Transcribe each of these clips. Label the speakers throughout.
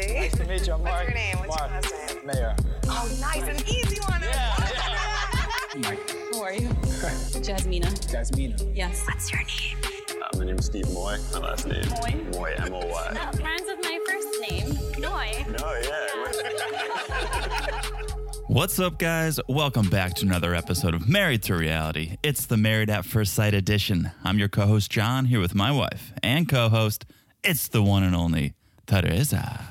Speaker 1: It's your
Speaker 2: What's
Speaker 1: Mark.
Speaker 2: your name? What's your
Speaker 1: Mark
Speaker 2: last name?
Speaker 1: Mayor.
Speaker 2: Oh, nice and easy one.
Speaker 3: Who are you? Jasmina.
Speaker 1: Jasmina.
Speaker 3: Yes.
Speaker 2: What's your name?
Speaker 4: Uh, my name's Steve Moy. My last name.
Speaker 3: Moy?
Speaker 4: Moy. M O Y.
Speaker 5: That rhymes with my first name, Noi.
Speaker 4: No, yeah.
Speaker 6: What's up, guys? Welcome back to another episode of Married to Reality. It's the Married at First Sight edition. I'm your co host, John, here with my wife and co host. It's the one and only Teresa.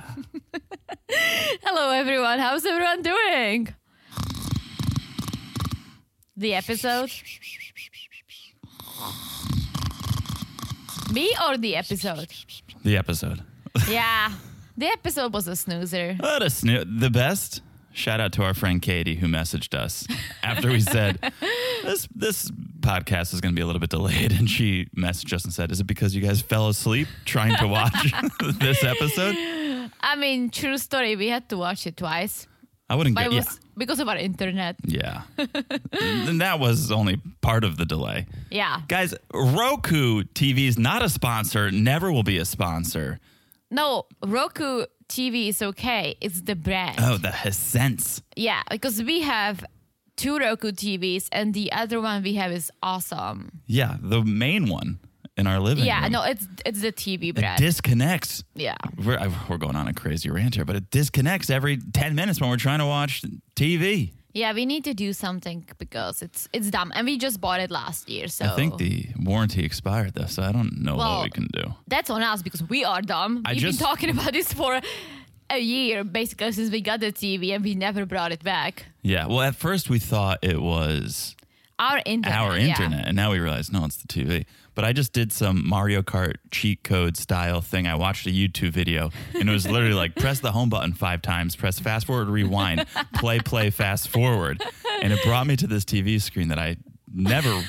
Speaker 7: Hello, everyone. How's everyone doing? The episode? Me or the episode?
Speaker 6: The episode.
Speaker 7: Yeah. The episode was a snoozer.
Speaker 6: What a snoo- The best. Shout out to our friend Katie who messaged us after we said this this podcast is going to be a little bit delayed, and she messaged us and said, "Is it because you guys fell asleep trying to watch this episode?"
Speaker 7: I mean, true story, we had to watch it twice.
Speaker 6: I wouldn't.
Speaker 7: But
Speaker 6: Go,
Speaker 7: it
Speaker 6: yeah.
Speaker 7: was because of our internet.
Speaker 6: Yeah. and that was only part of the delay.
Speaker 7: Yeah.
Speaker 6: Guys, Roku TV is not a sponsor, never will be a sponsor.
Speaker 7: No, Roku TV is okay. It's the brand.
Speaker 6: Oh, the Hisense.
Speaker 7: Yeah, because we have two Roku TVs and the other one we have is awesome.
Speaker 6: Yeah, the main one in our living
Speaker 7: Yeah,
Speaker 6: room.
Speaker 7: no, it's it's the TV
Speaker 6: It
Speaker 7: brand.
Speaker 6: disconnects.
Speaker 7: Yeah.
Speaker 6: We're, I- we're going on a crazy rant here, but it disconnects every 10 minutes when we're trying to watch TV.
Speaker 7: Yeah, we need to do something because it's it's dumb, and we just bought it last year. So
Speaker 6: I think the warranty expired, though, so I don't know
Speaker 7: Oh. Well,
Speaker 6: what we can do.
Speaker 7: that's on us because we are dumb.
Speaker 6: I
Speaker 7: We've
Speaker 6: just-
Speaker 7: been talking about this for a year basically since we got the TV, and we never brought it back.
Speaker 6: Yeah, well, at first we thought it was
Speaker 7: Our internet.
Speaker 6: our
Speaker 7: yeah.
Speaker 6: internet. And now we realize, no, it's the TV. But I just did some Mario Kart cheat code style thing. I watched a YouTube video and it was literally like press the home button five times, press fast forward, rewind, play, play, fast forward. And it brought me to this TV screen that I never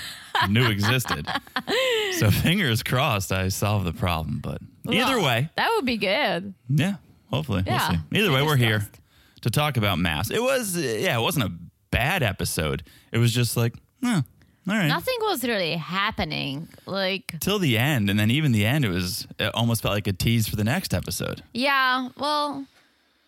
Speaker 6: knew existed. So fingers crossed, I solved the problem. But either
Speaker 7: Well,
Speaker 6: way,
Speaker 7: that would be good.
Speaker 6: yeah, hopefully.
Speaker 7: Yeah,
Speaker 6: We'll see. Either way,
Speaker 7: fingers
Speaker 6: we're here
Speaker 7: crossed.
Speaker 6: to talk about mass. It was, yeah, it wasn't a bad episode. It was just like, huh, all right
Speaker 7: Nothing was really happening. Like,
Speaker 6: till the end, and then even the end, it was it almost felt like a tease for the next episode.
Speaker 7: yeah, well,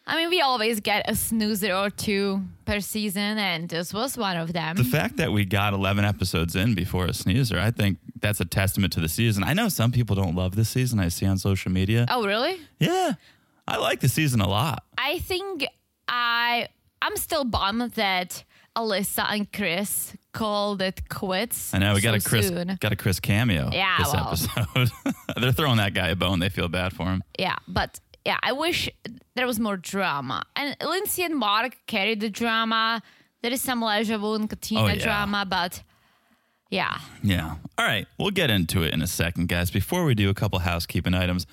Speaker 7: I mean, we always get a snoozer or two per season, and this was one of them.
Speaker 6: The fact that we got 11 episodes in before a snoozer, I think that's a testament to the season. I know some people don't love this season. I see on social media.
Speaker 7: oh, really?
Speaker 6: Yeah, I like the season a lot.
Speaker 7: I think I I'm still bummed that Alyssa and Chris called it quits.
Speaker 6: I know we got
Speaker 7: so
Speaker 6: a Chris
Speaker 7: soon.
Speaker 6: got a Chris cameo
Speaker 7: Yeah,
Speaker 6: this
Speaker 7: well.
Speaker 6: episode. They're throwing that guy a bone. They feel bad for him.
Speaker 7: Yeah, but yeah, I wish there was more drama. And Lindsay and Mark carried the drama. There is some Leja and Katina
Speaker 6: Oh, yeah.
Speaker 7: drama, but yeah,
Speaker 6: Yeah. All right. We'll get into it in a second, guys. Before we do, a couple housekeeping items.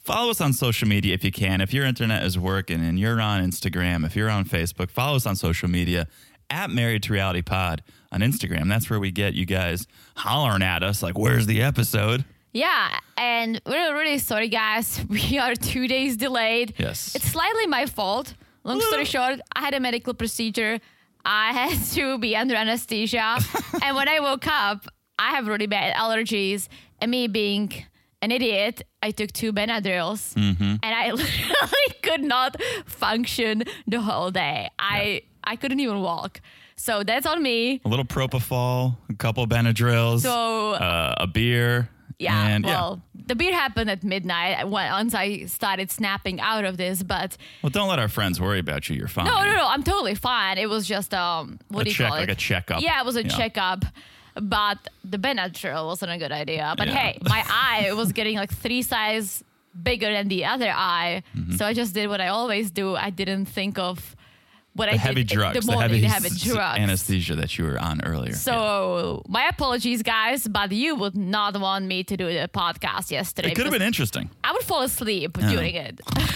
Speaker 6: Follow us on social media if you can. If your internet is working and you're on Instagram, if you're on Facebook, follow us on social media at Married to Reality Pod on Instagram. That's where we get you guys hollering at us like, where's the episode?
Speaker 7: yeah. And we're really sorry, guys. We are two days delayed.
Speaker 6: Yes.
Speaker 7: It's slightly my fault. Long story short, I had a medical procedure. I had to be under anesthesia. and when I woke up, I have really bad allergies. And me being an idiot, I took two Benadryls and I literally could not function the whole day. I, I couldn't even walk. So that's on me.
Speaker 6: a little propofol, a couple Benadryls,
Speaker 7: So-
Speaker 6: uh, a beer.
Speaker 7: Yeah,
Speaker 6: and
Speaker 7: well, the beer happened at midnight when- once I started snapping out of this, but
Speaker 6: yeah. Well, don't let our friends worry about you. You're fine.
Speaker 7: No, no, no. I'm totally fine. It was just um, what
Speaker 6: A
Speaker 7: do you
Speaker 6: check-
Speaker 7: call it?
Speaker 6: like a checkup.
Speaker 7: Yeah, it was a
Speaker 6: Yeah.
Speaker 7: checkup. But the Benadryl wasn't a good idea. But
Speaker 6: Yeah.
Speaker 7: hey, my eye was getting like three size bigger than the other eye.
Speaker 6: Mm-hmm.
Speaker 7: So I just did what I always do. I didn't think of what I
Speaker 6: The heavy
Speaker 7: did in
Speaker 6: drugs,
Speaker 7: the morning.
Speaker 6: heavy,
Speaker 7: the heavy
Speaker 6: s-
Speaker 7: drugs.
Speaker 6: anesthesia that you were on earlier.
Speaker 7: so my apologies, guys, but you would not want me to do the podcast yesterday.
Speaker 6: it could have
Speaker 7: because
Speaker 6: been interesting.
Speaker 7: I would fall asleep during it,
Speaker 6: Yeah.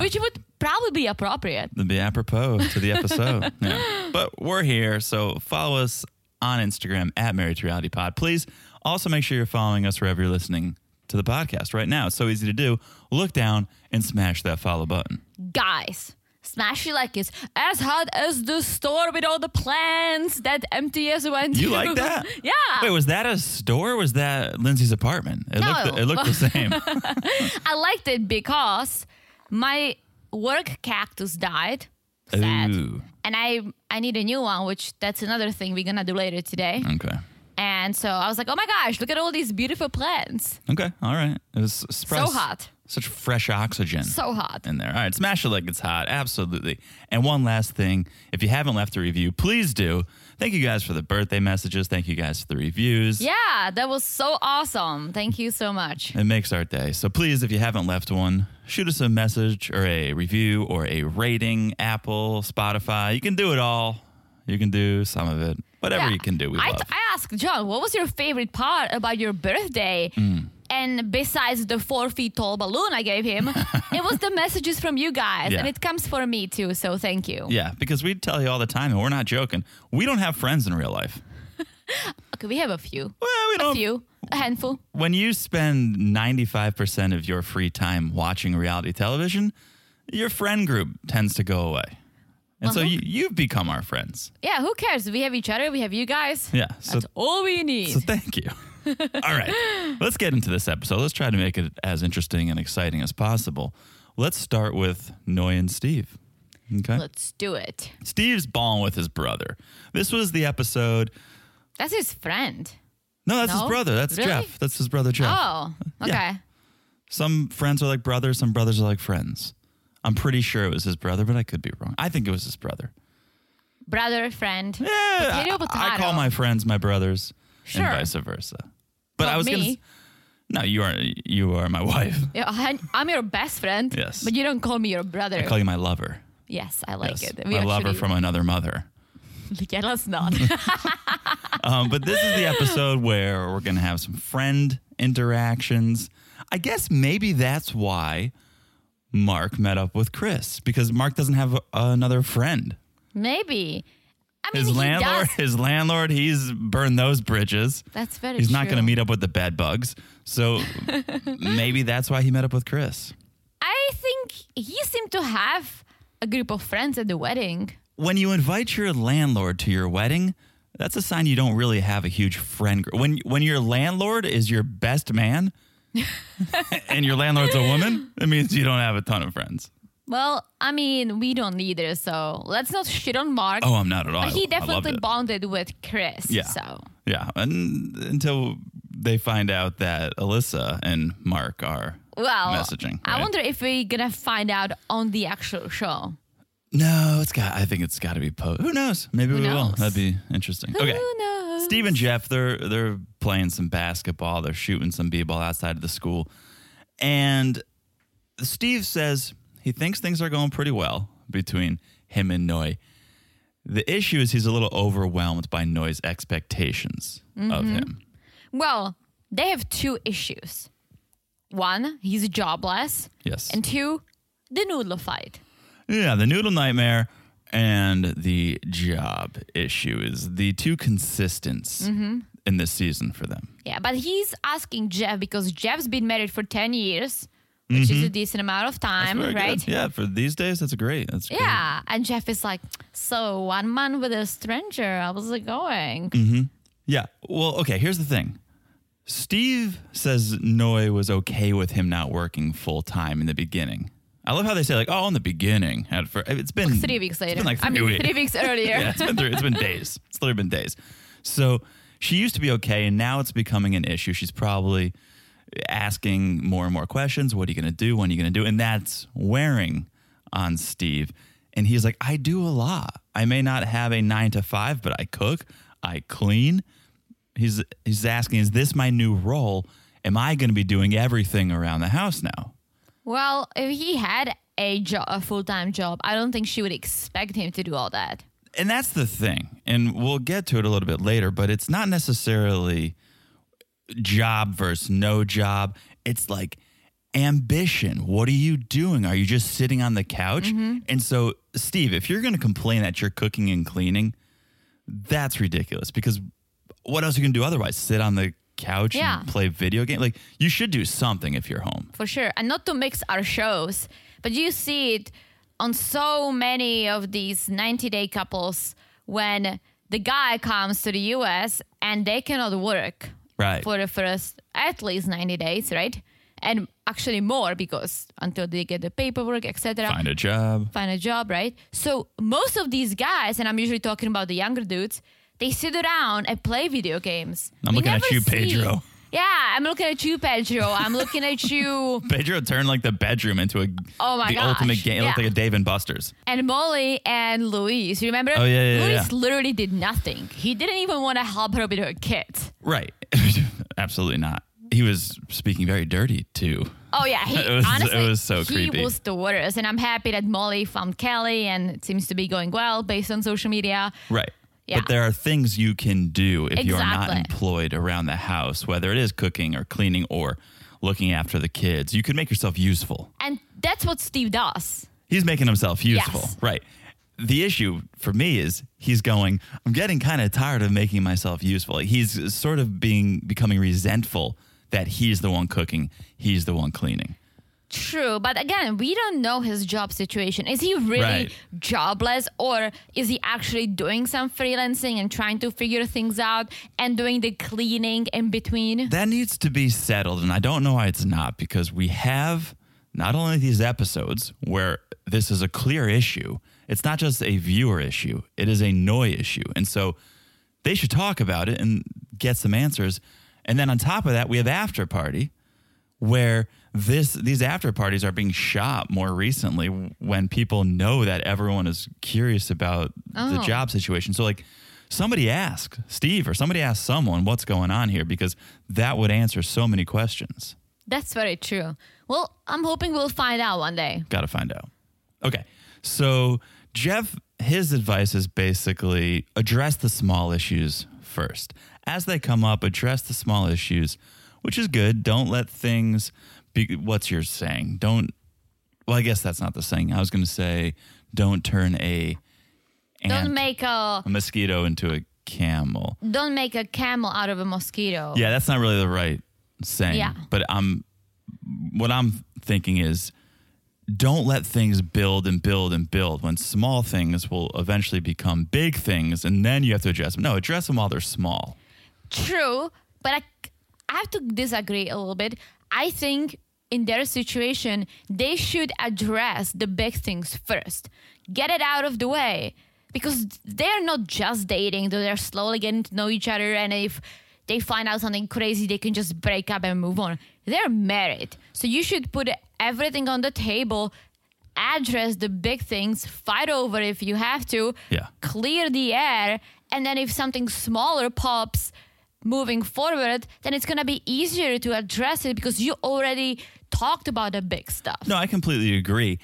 Speaker 7: which would probably be appropriate.
Speaker 6: That'd be apropos to the episode. Yeah. But we're here, so follow us on Instagram at Married to Reality Pod. Please also make sure you're following us wherever you're listening to the podcast right now. It's so easy to do. Look down and smash that follow button.
Speaker 7: guys smash it like it's as hot as the store with all the plants that mts went
Speaker 6: You
Speaker 7: to.
Speaker 6: like that?
Speaker 7: yeah
Speaker 6: Wait, was that a store? Or was that Lindsay's apartment? It
Speaker 7: No.
Speaker 6: looked it looked the same.
Speaker 7: i liked it because my work cactus died. Sad.
Speaker 6: Ooh.
Speaker 7: And I I need a new one, which that's another thing we're gonna do later today.
Speaker 6: Okay.
Speaker 7: And so I was like, oh my gosh, look at all these beautiful plants.
Speaker 6: Okay. All right. It was a surprise.
Speaker 7: So hot.
Speaker 6: Such fresh oxygen.
Speaker 7: So hot.
Speaker 6: in there. All right, smash it like it's hot. Absolutely. And one last thing if you haven't left a review, please do. Thank you guys for the birthday messages. Thank you guys for the reviews.
Speaker 7: Yeah, that was so awesome. Thank you so much.
Speaker 6: It makes our day. So please, if you haven't left one, shoot us a message or a review or a rating Apple, Spotify. You can do it all. You can do some of it. Whatever
Speaker 7: Yeah.
Speaker 6: you can do, we
Speaker 7: I,
Speaker 6: love.
Speaker 7: I asked John, what was your favorite part about your birthday?
Speaker 6: Mm.
Speaker 7: And besides the four feet tall balloon I gave him, it was the messages from you guys.
Speaker 6: Yeah.
Speaker 7: And it comes for me too. So thank you.
Speaker 6: yeah, because we tell you all the time, and we're not joking. We don't have friends in real life.
Speaker 7: Okay, we have a few.
Speaker 6: Well, we
Speaker 7: A
Speaker 6: don't.
Speaker 7: few. A handful.
Speaker 6: when you spend 95% of your free time watching reality television, your friend group tends to go away. And so
Speaker 7: Uh-huh.
Speaker 6: you, you've become our friends.
Speaker 7: Yeah, who cares? We have each other. We have you guys.
Speaker 6: Yeah. So,
Speaker 7: That's all we need.
Speaker 6: so thank you. All right. Let's get into this episode. Let's try to make it as interesting and exciting as possible. Let's start with Noy and Steve. Okay.
Speaker 7: Let's do it.
Speaker 6: Steve's balling with his brother. This was the episode.
Speaker 7: That's his friend.
Speaker 6: No, that's
Speaker 7: No?
Speaker 6: his brother. That's
Speaker 7: Really?
Speaker 6: Jeff. That's his brother, Jeff.
Speaker 7: Oh, okay.
Speaker 6: Some friends are like brothers, some brothers are like friends. I'm pretty sure it was his brother, but I could be wrong. I think it was his brother.
Speaker 7: Brother, friend.
Speaker 6: Yeah, I,
Speaker 7: Potato,
Speaker 6: I call
Speaker 7: potato.
Speaker 6: my friends my brothers,
Speaker 7: Sure.
Speaker 6: and vice versa. But
Speaker 7: Not
Speaker 6: I was gonna.
Speaker 7: me.
Speaker 6: s- No, you are you are my wife.
Speaker 7: Yeah, I- I'm your best friend.
Speaker 6: Yes.
Speaker 7: But you don't call me your brother.
Speaker 6: I call you my lover.
Speaker 7: yes, I like
Speaker 6: yes,
Speaker 7: it.
Speaker 6: my lover
Speaker 7: actually-
Speaker 6: from another mother.
Speaker 7: Yeah, let's not.
Speaker 6: Um, but this is the episode where we're going to have some friend interactions. I guess maybe that's why Mark met up with Chris because Mark doesn't have a, another friend.
Speaker 7: Maybe. I mean,
Speaker 6: His
Speaker 7: he
Speaker 6: landlord,
Speaker 7: does.
Speaker 6: his landlord, he's burned those bridges.
Speaker 7: That's very
Speaker 6: He's not going to
Speaker 7: true.
Speaker 6: meet up with the bed bugs. So maybe that's why he met up with Chris.
Speaker 7: I think he seemed to have a group of friends at the wedding.
Speaker 6: When you invite your landlord to your wedding, that's a sign you don't really have a huge friend group. When when your landlord is your best man and your landlord's a woman, it means you don't have a ton of friends.
Speaker 7: Well, I mean, we don't either, so let's not shit on Mark.
Speaker 6: Oh, I'm not at all. I-
Speaker 7: but
Speaker 6: I
Speaker 7: he
Speaker 6: loved
Speaker 7: definitely
Speaker 6: it.
Speaker 7: bonded with Chris.
Speaker 6: Yeah.
Speaker 7: So
Speaker 6: Yeah, and until they find out that Alyssa and Mark are
Speaker 7: well,
Speaker 6: messaging.
Speaker 7: I
Speaker 6: right?
Speaker 7: wonder if we're gonna find out on the actual show.
Speaker 6: No, it's got. I think it's got to be post. Who knows? Maybe we will.
Speaker 7: knows?
Speaker 6: That'd be interesting. okay.
Speaker 7: Who knows?
Speaker 6: Steve and Jeff, they're they're playing some basketball. They're shooting some b-ball outside of the school, and Steve says he thinks things are going pretty well between him and Noy. The issue is he's a little overwhelmed by Noy's expectations of
Speaker 7: Mm-hmm.
Speaker 6: him.
Speaker 7: Well, they have two issues. One, he's jobless,
Speaker 6: Yes.
Speaker 7: and two, the noodle fight.
Speaker 6: Yeah, the noodle nightmare and the job issue is the two consistents
Speaker 7: Mm-hmm.
Speaker 6: in this season for them.
Speaker 7: Yeah, but he's asking Jeff because Jeff's been married for 10 years, which is a decent amount of time,
Speaker 6: Mm-hmm. Very good.
Speaker 7: right?
Speaker 6: Yeah, for these days, that's great. That's great.
Speaker 7: Yeah, and Jeff is like, so one month with a stranger, I was it going?
Speaker 6: Mm-hmm. Yeah. Well, okay. Here's the thing. Steve says Noy was okay with him not working full time in the beginning. I love how they say like, "Oh, in the beginning." At first, it's been
Speaker 7: Three weeks later.
Speaker 6: It's been like
Speaker 7: I
Speaker 6: three
Speaker 7: mean,
Speaker 6: weeks.
Speaker 7: three weeks earlier.
Speaker 6: yeah, it's been three, it's been days. It's literally been days. So she used to be okay, and now it's becoming an issue. She's probably asking more and more questions. What are you going to do? When are you going to do? And that's wearing on Steve. And he's like, I do a lot. I may not have a nine to five, but I cook, I clean. He's he's asking, is this my new role? Am I going to be doing everything around the house now?
Speaker 7: Well, if he had a, jo- a full time job, I don't think she would expect him to do all that.
Speaker 6: and that's the thing and we'll get to it a little bit later but it's not necessarily job versus no job it's like ambition what are you doing are you just sitting on the couch
Speaker 7: Mm-hmm.
Speaker 6: and so steve if you're going to complain that you're cooking and cleaning that's ridiculous because what else are you going to do otherwise sit on the couch
Speaker 7: Yeah.
Speaker 6: and play video game like you should do something if you're home
Speaker 7: for sure and not to mix our shows but you see it on so many of these 90 day couples when the guy comes to the us and they cannot work
Speaker 6: Right.
Speaker 7: for the first at least 90 days right and actually more because until they get the paperwork, etc
Speaker 6: Find a job.
Speaker 7: find a job, right? So most of these guys, and I'm usually talking about the younger dudes, they sit around and play video games.
Speaker 6: I'm
Speaker 7: We
Speaker 6: looking at
Speaker 7: never
Speaker 6: you,
Speaker 7: see-
Speaker 6: Pedro.
Speaker 7: Yeah, I'm looking at you, Pedro. I'm looking at you,
Speaker 6: Pedro turned like the bedroom into a
Speaker 7: Oh my
Speaker 6: the
Speaker 7: gosh,
Speaker 6: ultimate game. It looked
Speaker 7: yeah.
Speaker 6: like a Dave and Buster's.
Speaker 7: and Molly and Luis. Remember?
Speaker 6: Oh, yeah, yeah,
Speaker 7: Luis
Speaker 6: yeah.
Speaker 7: literally did nothing. He didn't even want to help her with her kids.
Speaker 6: Right. Absolutely not. He was speaking very dirty too.
Speaker 7: Oh yeah, he,
Speaker 6: It was- it
Speaker 7: honestly,
Speaker 6: was so
Speaker 7: he
Speaker 6: creepy.
Speaker 7: was the worst. And I'm happy that Molly found Kelly, and it seems to be going well based on social media.
Speaker 6: Right.
Speaker 7: Yeah.
Speaker 6: But there are things you can do if you are not
Speaker 7: Exactly.
Speaker 6: employed around the house, whether it is cooking or cleaning or looking after the kids. You can make yourself useful.
Speaker 7: And that's what Steve does.
Speaker 6: He's making himself useful.
Speaker 7: Yes.
Speaker 6: Right. The issue for me is he's going, I'm getting kind of tired of making myself useful. Like, He's sort of being becoming resentful that he's the one cooking, he's the one cleaning.
Speaker 7: True, but again, we don't know his job situation. Is he really
Speaker 6: Right.
Speaker 7: jobless or is he actually doing some freelancing and trying to figure things out and doing the cleaning in between?
Speaker 6: That needs to be settled, and I don't know why it's not because we have not only these episodes where this is a clear issue, it's not just a viewer issue, it is a Noi issue. And so they should talk about it and get some answers. And then on top of that, we have After Party where this these after parties are being shot more recently when people know that everyone is curious about the
Speaker 7: Oh.
Speaker 6: job situation. So like somebody ask Steve or somebody ask someone what's going on here because that would answer so many questions.
Speaker 7: That's very true. Well, I'm hoping we'll find out one day.
Speaker 6: Got to find out. Okay. So Jeff his advice is basically address the small issues first. As they come up, address the small issues, which is good. Don't let things be what's your saying? Don't well, I guess that's not the saying. I was going to say don't turn a
Speaker 7: Don't
Speaker 6: ant-
Speaker 7: make a
Speaker 6: a mosquito into a camel.
Speaker 7: don't make a camel out of a mosquito.
Speaker 6: Yeah, that's not really the right saying.
Speaker 7: Yeah.
Speaker 6: But I'm what I'm thinking is don't let things build and build and build when small things will eventually become big things and then you have to address them. No, address them while they're small.
Speaker 7: True, but I, I have to disagree a little bit. I think in their situation, they should address the big things first, get it out of the way, because they're not just dating, though they're slowly getting to know each other. And if they find out something crazy, they can just break up and move on. They're married. So you should put everything on the table, address the big things, fight over if you have to,
Speaker 6: Yeah.
Speaker 7: clear the air and then if something smaller pops moving forward then it's going to be easier to address it because you already talked about the big stuff
Speaker 6: No, I completely agree.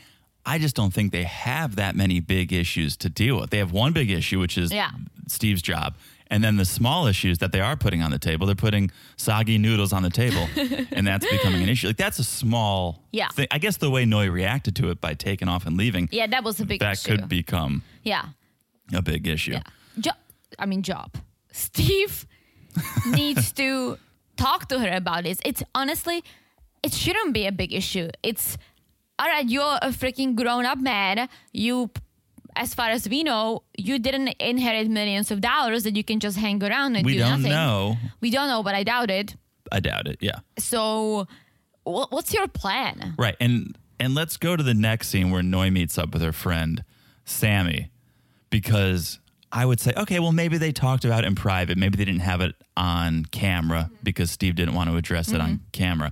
Speaker 6: I just don't think they have that many big issues to deal with. They have one big issue, which is
Speaker 7: Yeah.
Speaker 6: Steve's job. And then the small issues that they are putting on the table, they're putting soggy noodles on the table, and that's becoming an issue. Like, that's a small
Speaker 7: Yeah.
Speaker 6: thing. I guess the way Noi reacted to it by taking off and leaving,
Speaker 7: yeah that was a big
Speaker 6: that
Speaker 7: issue
Speaker 6: could become
Speaker 7: yeah
Speaker 6: a big issue.
Speaker 7: yeah jo- i mean job steve needs to talk to her about this it's honestly it shouldn't be a big issue it's all right you're a freaking grown-up man you as far as we know you didn't inherit millions of dollars that you can just hang around and
Speaker 6: We
Speaker 7: do
Speaker 6: don't
Speaker 7: nothing
Speaker 6: know.
Speaker 7: We don't know, but I doubt it.
Speaker 6: I doubt it. Yeah.
Speaker 7: So, wh- what's your plan?
Speaker 6: Right. And and let's go to the next scene where Noi meets up with her friend Sammy because I would say okay, well maybe they talked about it in private, maybe they didn't have it on camera because Steve didn't want to address it on camera.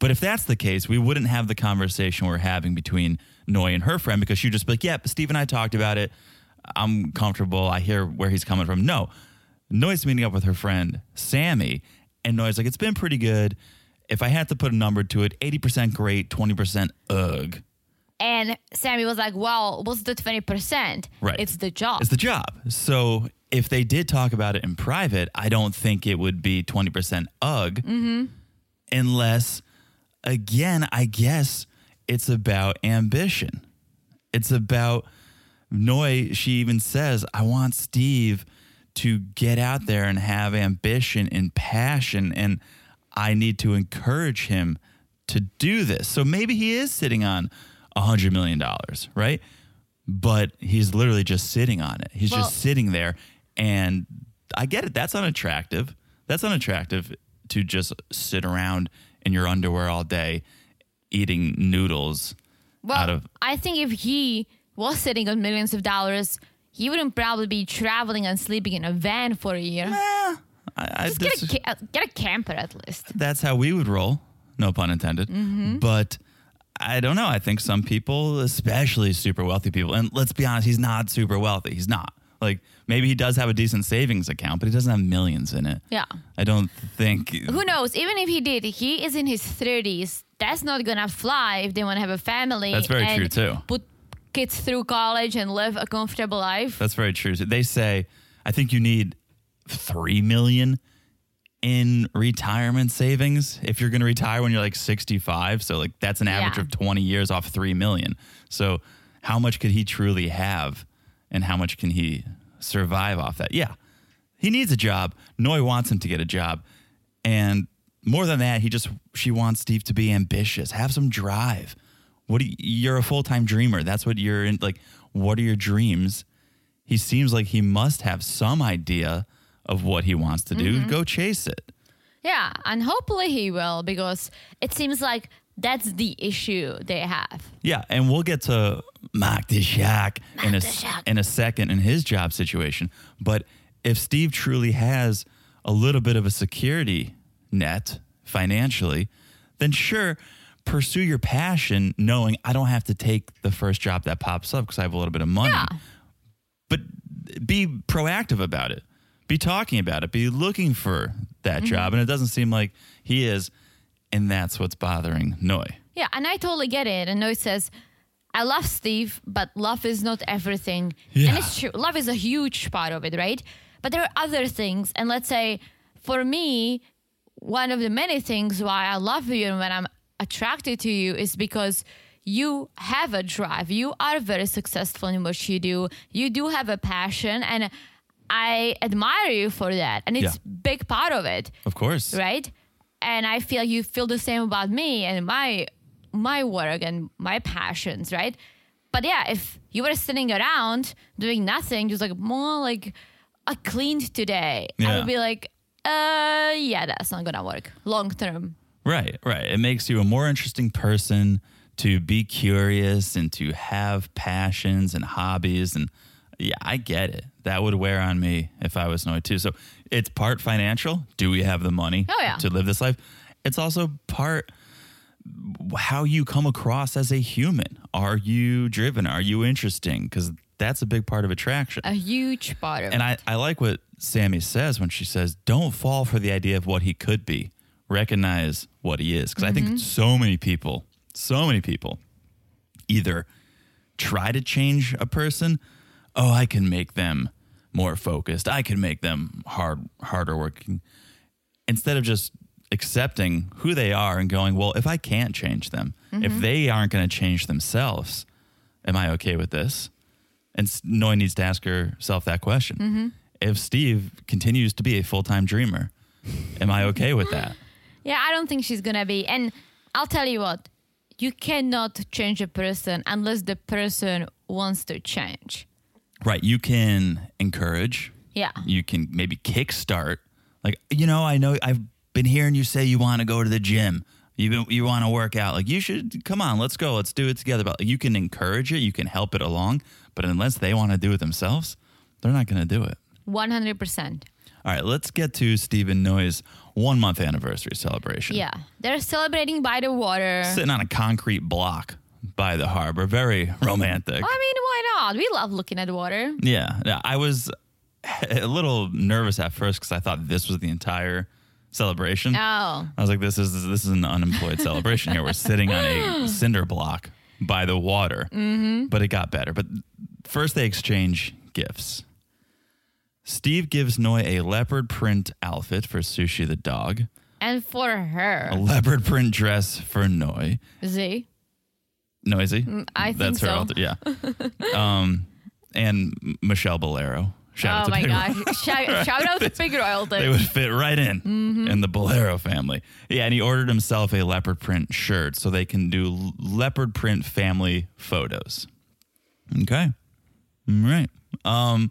Speaker 6: But if that's the case, we wouldn't have the conversation we're having between Noi and her friend because she'd just be like, "Yep, Steve and I talked about it. I'm comfortable. I hear where he's coming from." No, Noi's meeting up with her friend Sammy, and Noi's like, "It's been pretty good. If I had to put a number to it, eighty percent great, twenty percent ugh.
Speaker 7: And Sammy was like, "Well, what's the twenty percent?
Speaker 6: Right?
Speaker 7: It's the job.
Speaker 6: It's the job. So if they did talk about it in private, I don't think it would be twenty percent ugh, unless, again, I guess it's about ambition. It's about Noi. She even says, "I want Steve to get out there and have ambition and passion, and I need to encourage him to do this." So maybe he is sitting on a hundred million dollars, right? But he's literally just sitting on it. He's
Speaker 7: Well-
Speaker 6: just sitting there, and I get it. That's unattractive. That's unattractive to just sit around in your underwear all day eating noodles
Speaker 7: Well,
Speaker 6: out of
Speaker 7: I think if he was sitting on millions of dollars, he wouldn't probably be traveling and sleeping in a van for a year.
Speaker 6: I, I,
Speaker 7: Get
Speaker 6: dis-
Speaker 7: a, ca- get a camper at least.
Speaker 6: that's how we would roll no pun intended
Speaker 7: Mm-hmm.
Speaker 6: but i don't know i think some people especially super wealthy people and let's be honest he's not super wealthy he's not like maybe he does have a decent savings account but he doesn't have millions in it
Speaker 7: Yeah.
Speaker 6: i don't think
Speaker 7: Who knows? Even if he did, he is in his 30s. That's not gonna fly if they wanna have a family.
Speaker 6: That's very
Speaker 7: and
Speaker 6: true, too.
Speaker 7: Put kids through college and live a comfortable life.
Speaker 6: That's very true. They say, I think you need three million in retirement savings if you're going to retire when you're like 65. So like that's an average
Speaker 7: Yeah.
Speaker 6: of 20 years off three million. So how much could he truly have, and how much can he survive off that? Yeah, he needs a job. Noi wants him to get a job, and more than that, he just she wants Steve to be ambitious, have some drive. What do you, you're a full time dreamer. That's what you're in. Like, what are your dreams? he seems like he must have some idea of what he wants to do. Go chase it.
Speaker 7: Yeah, and hopefully he will because it seems like that's the issue they have.
Speaker 6: Yeah, and we'll get to Mark Dishak in a s-
Speaker 7: Dishak.
Speaker 6: in a second in his job situation. But if Steve truly has a little bit of a security net financially, then sure, pursue your passion, knowing I don't have to take the first job that pops up because I have a little bit of money.
Speaker 7: Yeah.
Speaker 6: but be proactive about it. Be talking about it. Be looking for that
Speaker 7: Mm-hmm.
Speaker 6: job. And it doesn't seem like he is. And that's what's bothering Noi.
Speaker 7: Yeah, and I totally get it. And Noy says, I love Steve, but love is not everything.
Speaker 6: Yeah.
Speaker 7: And it's true. Love is a huge part of it, right? But there are other things. And let's say for me, one of the many things why I love you and when I'm attracted to you is because you have a drive. You are very successful in what you do. You do have a passion and I admire you for that. And it's
Speaker 6: Yeah.
Speaker 7: big part of it
Speaker 6: Of course.
Speaker 7: right and i feel you feel the same about me and my my work and my passions right but yeah if you were sitting around doing nothing just like more like i cleaned today i
Speaker 6: Yeah.
Speaker 7: would be like uh yeah that's not gonna work long term
Speaker 6: Right, right. It makes you a more interesting person to be curious and to have passions and hobbies. And yeah, I get it. That would wear on me if I was Noi too. So it's part financial. Do we have the money
Speaker 7: Oh, yeah.
Speaker 6: to live this life? It's also part how you come across as a human. Are you driven? Are you interesting? Because that's a big part of attraction.
Speaker 7: a huge part of
Speaker 6: And
Speaker 7: it
Speaker 6: I, I like what Sammy says when she says, don't fall for the idea of what he could be. Recognize what he is. Because I think so many people, so many people either try to change a person, oh, I can make them more focused. I can make them hard harder working. Instead of just accepting who they are and going, well, if I can't change them, if they aren't going to change themselves, am I okay with this? And s- Noi needs to ask herself that question. If Steve continues to be a full time dreamer, am I okay with that?
Speaker 7: yeah i don't think she's gonna be and i'll tell you what you cannot change a person unless the person wants to change
Speaker 6: Right. You can encourage.
Speaker 7: Yeah.
Speaker 6: You can maybe kickstart. Like, you know, I know I've been hearing you say you want to go to the gym. You been, you want to work out. Like, you should come on. Let's go. Let's do it together. But you can encourage it. You can help it along. But unless they want to do it themselves, they're not going to do it.
Speaker 7: 100%
Speaker 6: All right. Let's get to Stephen Noy's one month anniversary celebration.
Speaker 7: yeah they're celebrating by the water
Speaker 6: Sitting on a concrete block by the harbor. Very romantic.
Speaker 7: I mean, why not? We love looking at water.
Speaker 6: Yeah, yeah. I was a little nervous at first because I thought this was the entire celebration.
Speaker 7: Oh,
Speaker 6: I was like, this is this is an unemployed celebration here. We're sitting on a cinder block by the water. Mm-hmm. But it got better. But first, they exchange gifts. Steve gives Noi a leopard print outfit for Sushi the dog,
Speaker 7: and for
Speaker 6: a
Speaker 7: her,
Speaker 6: leopard print dress for Noi.
Speaker 7: Z.
Speaker 6: Noisy.
Speaker 7: Mm, I think
Speaker 6: That's her
Speaker 7: so.
Speaker 6: alter- Yeah. um, and M- Michelle Bolero. Shout out
Speaker 7: Oh
Speaker 6: to
Speaker 7: my
Speaker 6: Big
Speaker 7: gosh! Shout, shout out to Big
Speaker 6: they
Speaker 7: Royalty.
Speaker 6: would fit right in
Speaker 7: Mm-hmm.
Speaker 6: in the Bolero family. Yeah, and he ordered himself a leopard print shirt so they can do l- leopard print family photos. Okay. All right. Um,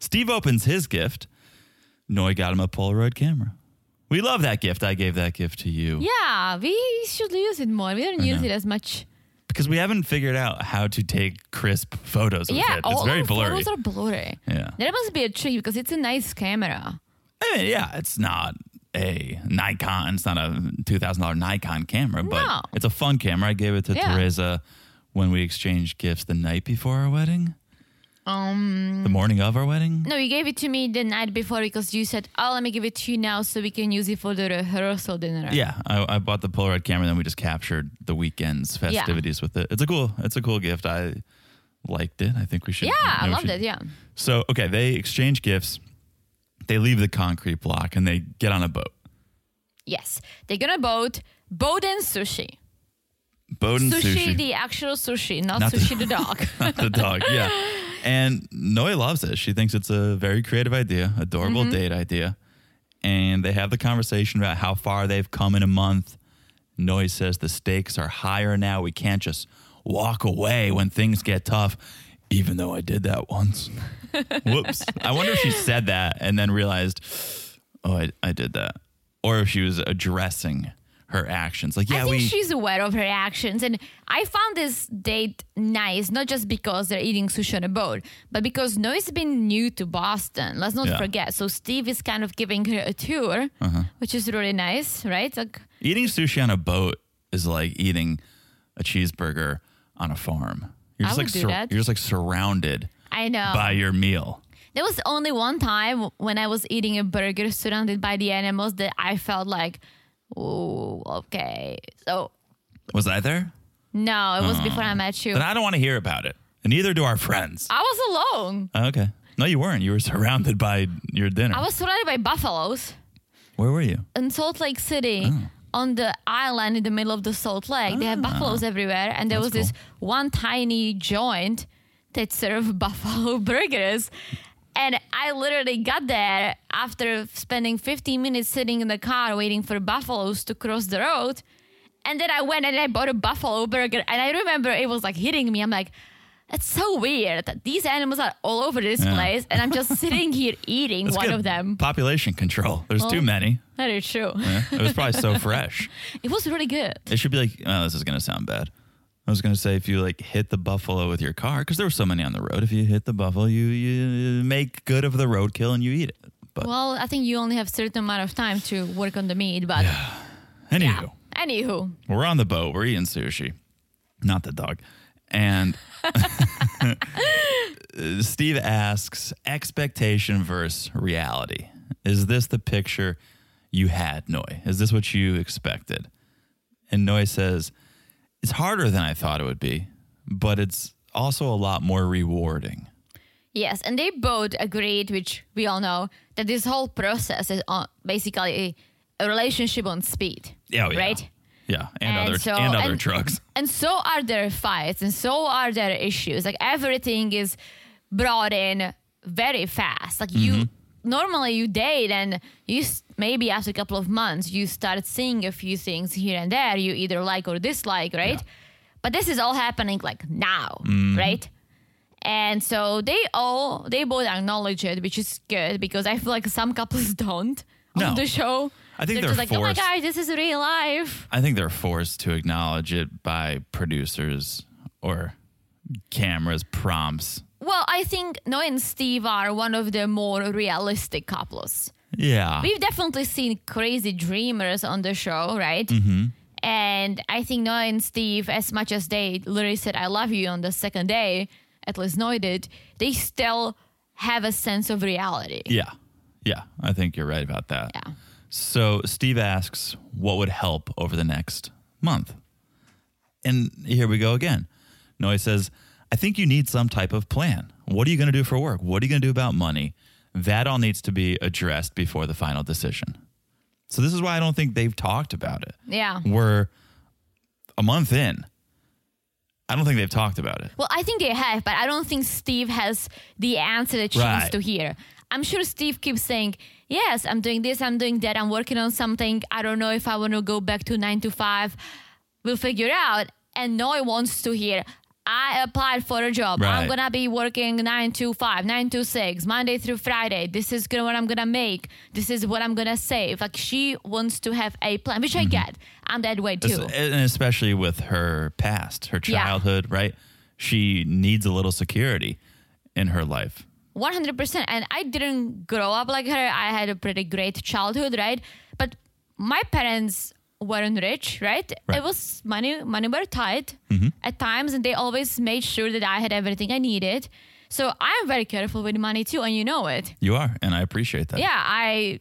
Speaker 6: Steve opens his gift. Noi got him a Polaroid camera. We love that gift. I gave that gift to you.
Speaker 7: Yeah, we should use it more. We don't use
Speaker 6: know.
Speaker 7: it as much.
Speaker 6: Because we haven't figured out how to take crisp photos of
Speaker 7: yeah,
Speaker 6: it. It's
Speaker 7: all
Speaker 6: very
Speaker 7: our
Speaker 6: blurry.
Speaker 7: photos are blurry.
Speaker 6: Yeah.
Speaker 7: There must be a trick because it's a nice camera.
Speaker 6: I mean, yeah, it's not a Nikon. It's not a two thousand dollar Nikon camera,
Speaker 7: No.
Speaker 6: but it's a fun camera. I gave it to
Speaker 7: Yeah.
Speaker 6: Teresa when we exchanged gifts the night before our wedding. Um,
Speaker 7: Mm.
Speaker 6: the morning of our wedding.
Speaker 7: No, you gave it to me the night before because you said, "Oh, let me give it to you now so we can use it for the rehearsal dinner."
Speaker 6: Yeah, I, I bought the Polaroid camera, then we just captured the weekend's festivities with it. It's a cool, it's a cool gift. I liked it. I think we should.
Speaker 7: Yeah, I
Speaker 6: maybe we
Speaker 7: loved
Speaker 6: should-
Speaker 7: it. Yeah.
Speaker 6: So okay, they exchange gifts. They leave the concrete block and they get on a boat.
Speaker 7: Yes, they're gonna boat, boat and sushi.
Speaker 6: Boat and
Speaker 7: Sushi,
Speaker 6: sushi.
Speaker 7: the actual sushi, not,
Speaker 6: Not the-
Speaker 7: sushi the dog.
Speaker 6: the dog. Yeah. And Noe loves it. She thinks it's a very creative idea, adorable
Speaker 7: Mm-hmm.
Speaker 6: date idea. And they have the conversation about how far they've come in a month. Noe says the stakes are higher now. We can't just walk away when things get tough, even though I did that once. Whoops. I wonder if she said that and then realized, oh, I, I did that. Or if she was addressing her actions. Like, yeah,
Speaker 7: I think
Speaker 6: we.
Speaker 7: she's aware of her actions. And I found this date nice, not just because they're eating sushi on a boat, but because Noe's been new to Boston. Let's not
Speaker 6: Yeah. Uh-huh.
Speaker 7: forget. So Steve is kind of giving her a tour, which is really nice, right? Like,
Speaker 6: Eating sushi on a boat is like eating a cheeseburger on a farm. You're
Speaker 7: I
Speaker 6: just
Speaker 7: would
Speaker 6: like
Speaker 7: do
Speaker 6: sur-
Speaker 7: that. Uh-huh.
Speaker 6: you're just like surrounded
Speaker 7: I know.
Speaker 6: by your meal.
Speaker 7: There was only one time when I was eating a burger surrounded by the animals that I felt like, oh, okay. So,
Speaker 6: Was I there?
Speaker 7: no,
Speaker 6: Mm.
Speaker 7: it was before I met you.
Speaker 6: Then I don't want to hear about it. And neither do our friends.
Speaker 7: I was alone.
Speaker 6: Oh, okay. No, you weren't. You were surrounded by your dinner.
Speaker 7: I was surrounded by buffaloes.
Speaker 6: Where were you?
Speaker 7: in Salt Lake City
Speaker 6: Oh.
Speaker 7: on the island in the middle of the Salt Lake. They have buffaloes everywhere, and there was
Speaker 6: Ah. That's
Speaker 7: this one tiny joint that served buffalo burgers. And I literally got there after spending 15 minutes sitting in the car waiting for buffaloes to cross the road. And then I went and I bought a buffalo burger. And I remember it was like hitting me. I'm like, that's so weird. that These animals are all over this
Speaker 6: Yeah.
Speaker 7: place. And I'm just sitting here eating
Speaker 6: That's
Speaker 7: one
Speaker 6: good.
Speaker 7: of them. Oh.
Speaker 6: Population control. There's too
Speaker 7: Well-
Speaker 6: many.
Speaker 7: That is true.
Speaker 6: Yeah. It was probably so fresh.
Speaker 7: It was really good.
Speaker 6: It should be like, oh, this is going to sound bad. I was going to say if you like hit the buffalo with your car, because there were so many on the road, if you hit the buffalo, you, you make good of the roadkill and you eat it. But
Speaker 7: Well, I think you only have certain amount of time to work on the meat, but
Speaker 6: anywho.
Speaker 7: yeah. Anywho,
Speaker 6: we're on the boat, we're eating sushi, not the dog. And Steve asks expectation versus reality. Is this the picture you had, Noy? Is this what you expected? And Noy says, It's harder than I thought it would be, but it's also a lot more rewarding.
Speaker 7: yes, and they both agreed, which we all know, that this whole process is on, basically a relationship on speed.
Speaker 6: Oh, yeah.
Speaker 7: Right?
Speaker 6: Yeah. And,
Speaker 7: And
Speaker 6: other
Speaker 7: so-
Speaker 6: and other
Speaker 7: and-
Speaker 6: drugs.
Speaker 7: And so are their fights, and so are their issues. Like everything is brought in very fast. Like you
Speaker 6: Mm-hmm.
Speaker 7: normally you date, and you s- maybe after a couple of months you start seeing a few things here and there you either like or dislike, right? But this is all happening like now,
Speaker 6: Mm.
Speaker 7: right? And so they all they both acknowledge it, which is good because I feel like some couples don't
Speaker 6: No.
Speaker 7: on the show.
Speaker 6: I think
Speaker 7: they're,
Speaker 6: they're
Speaker 7: just like, oh my
Speaker 6: forced.
Speaker 7: god, this is real life.
Speaker 6: I think they're forced to acknowledge it by producers or cameras prompts.
Speaker 7: Well, I think Noe and Steve are one of the more realistic couples.
Speaker 6: Yeah.
Speaker 7: We've definitely seen crazy dreamers on the show, right? And I think Noe and Steve, as much as they literally said, I love you on the second day, at least Noe did, they still have a sense of reality.
Speaker 6: yeah. Yeah. I think you're right about that.
Speaker 7: Yeah.
Speaker 6: So Steve asks what would help over the next month. And here we go again. Noy says, I think you need some type of plan. What are you going to do for work? What are you going to do about money? That all needs to be addressed before the final decision. So this is why I don't think they've talked about it.
Speaker 7: Yeah.
Speaker 6: We're a month in. I don't think they've talked about it.
Speaker 7: Well, I think they have, but I don't think Steve has the answer that she
Speaker 6: Right.
Speaker 7: needs to hear. I'm sure Steve keeps saying, Yes, I'm doing this, I'm doing that, I'm working on something. I don't know if I want to go back to nine to five. We'll figure it out. And Noy wants to hear, I applied for a job.
Speaker 6: Right.
Speaker 7: I'm gonna be working nine to five, nine to six, Monday through Friday. This is gonna, what I'm gonna make. This is what I'm gonna save. Like she wants to have a plan, which I
Speaker 6: Mm-hmm.
Speaker 7: get. I'm that way
Speaker 6: Es-
Speaker 7: too.
Speaker 6: And especially with her past, her
Speaker 7: Yeah.
Speaker 6: childhood, right? She needs a little security in her life.
Speaker 7: One hundred percent. And I didn't grow up like her. I had a pretty great childhood, right? But my parents weren't rich, right?
Speaker 6: Right.
Speaker 7: It was money money were tight at times, and they always made sure that I had everything I needed. So I'm very careful with money too, and you know it.
Speaker 6: You are, and I appreciate that.
Speaker 7: Yeah, I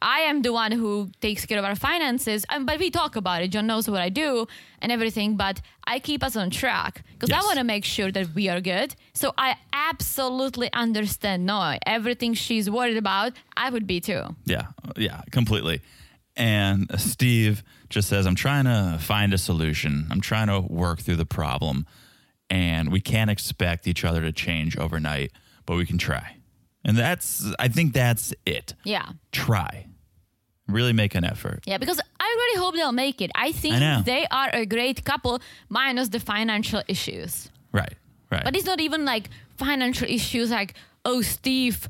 Speaker 7: I am the one who takes care of our finances, um, but we talk about it. John knows what I do and everything, but I keep us on track because
Speaker 6: Yes.
Speaker 7: I want to make sure that we are good. So I absolutely understand. No, everything she's worried about, I would be too.
Speaker 6: Yeah, yeah, completely. And Steve just says, I'm trying to find a solution. I'm trying to work through the problem. And we can't expect each other to change overnight, but we can try. And that's, I think that's it.
Speaker 7: Yeah.
Speaker 6: Try. Really make an effort.
Speaker 7: Yeah, because I really hope they'll make it. I think
Speaker 6: I know.
Speaker 7: they are a great couple, minus the financial issues.
Speaker 6: Right, right.
Speaker 7: But it's not even like financial issues like, oh, Steve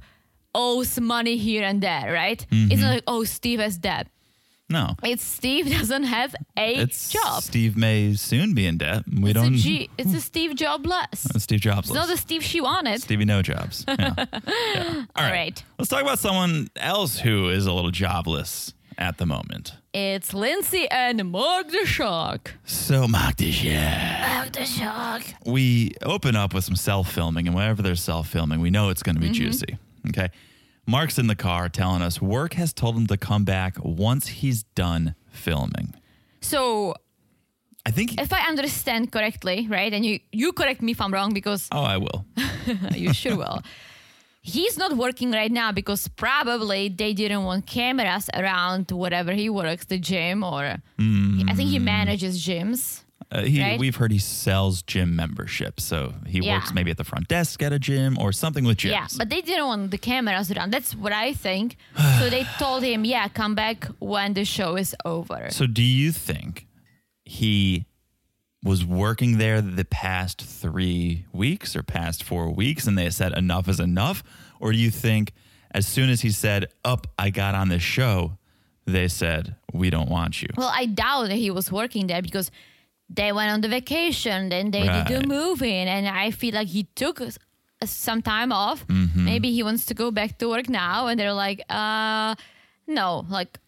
Speaker 7: owes money here and there, right?
Speaker 6: Mm-hmm.
Speaker 7: It's not like, oh, Steve has debt.
Speaker 6: no,
Speaker 7: It's Steve doesn't have a
Speaker 6: it's
Speaker 7: job.
Speaker 6: Steve may soon be in debt. We
Speaker 7: It's a,
Speaker 6: don't.
Speaker 7: G, it's a Steve jobless. It's
Speaker 6: Steve Jobs.
Speaker 7: not the Steve she wanted.
Speaker 6: Stevie No Jobs. Yeah. Yeah. All right.
Speaker 7: right.
Speaker 6: Let's talk about someone else who is a little jobless at the moment.
Speaker 7: It's Lindsay and Mark the Shark.
Speaker 6: So, Mark this year,
Speaker 7: Mark the Shark.
Speaker 6: we open up with some self filming, and wherever there's self filming, we know it's going to
Speaker 7: Mm-hmm.
Speaker 6: be juicy. Okay. Mark's in the car telling us work has told him to come back once he's done filming.
Speaker 7: So,
Speaker 6: I think.
Speaker 7: if I understand correctly, right, and you, you correct me if I'm wrong because uh,
Speaker 6: oh, I will.
Speaker 7: you sure will. He's not working right now because probably they didn't want cameras around whatever he works, the gym or
Speaker 6: Mm.
Speaker 7: I think he manages gyms.
Speaker 6: Uh, he,
Speaker 7: Right?
Speaker 6: We've heard he sells gym memberships. So he
Speaker 7: Yeah.
Speaker 6: works maybe at the front desk at a gym or something with gyms.
Speaker 7: Yeah, but they didn't want the cameras around. That's what I think. so they told him, yeah, come back when the show is over.
Speaker 6: So, do you think he was working there the past three weeks or past four weeks and they said enough is enough? Or do you think as soon as he said, Up, I got on this show, they said, We don't want you?
Speaker 7: Well, I doubt that he was working there because they went on the vacation, then they did
Speaker 6: Right.
Speaker 7: the movie, and I feel like he took s- some time off.
Speaker 6: Mm-hmm.
Speaker 7: Maybe he wants to go back to work now, and they're like, uh, no, like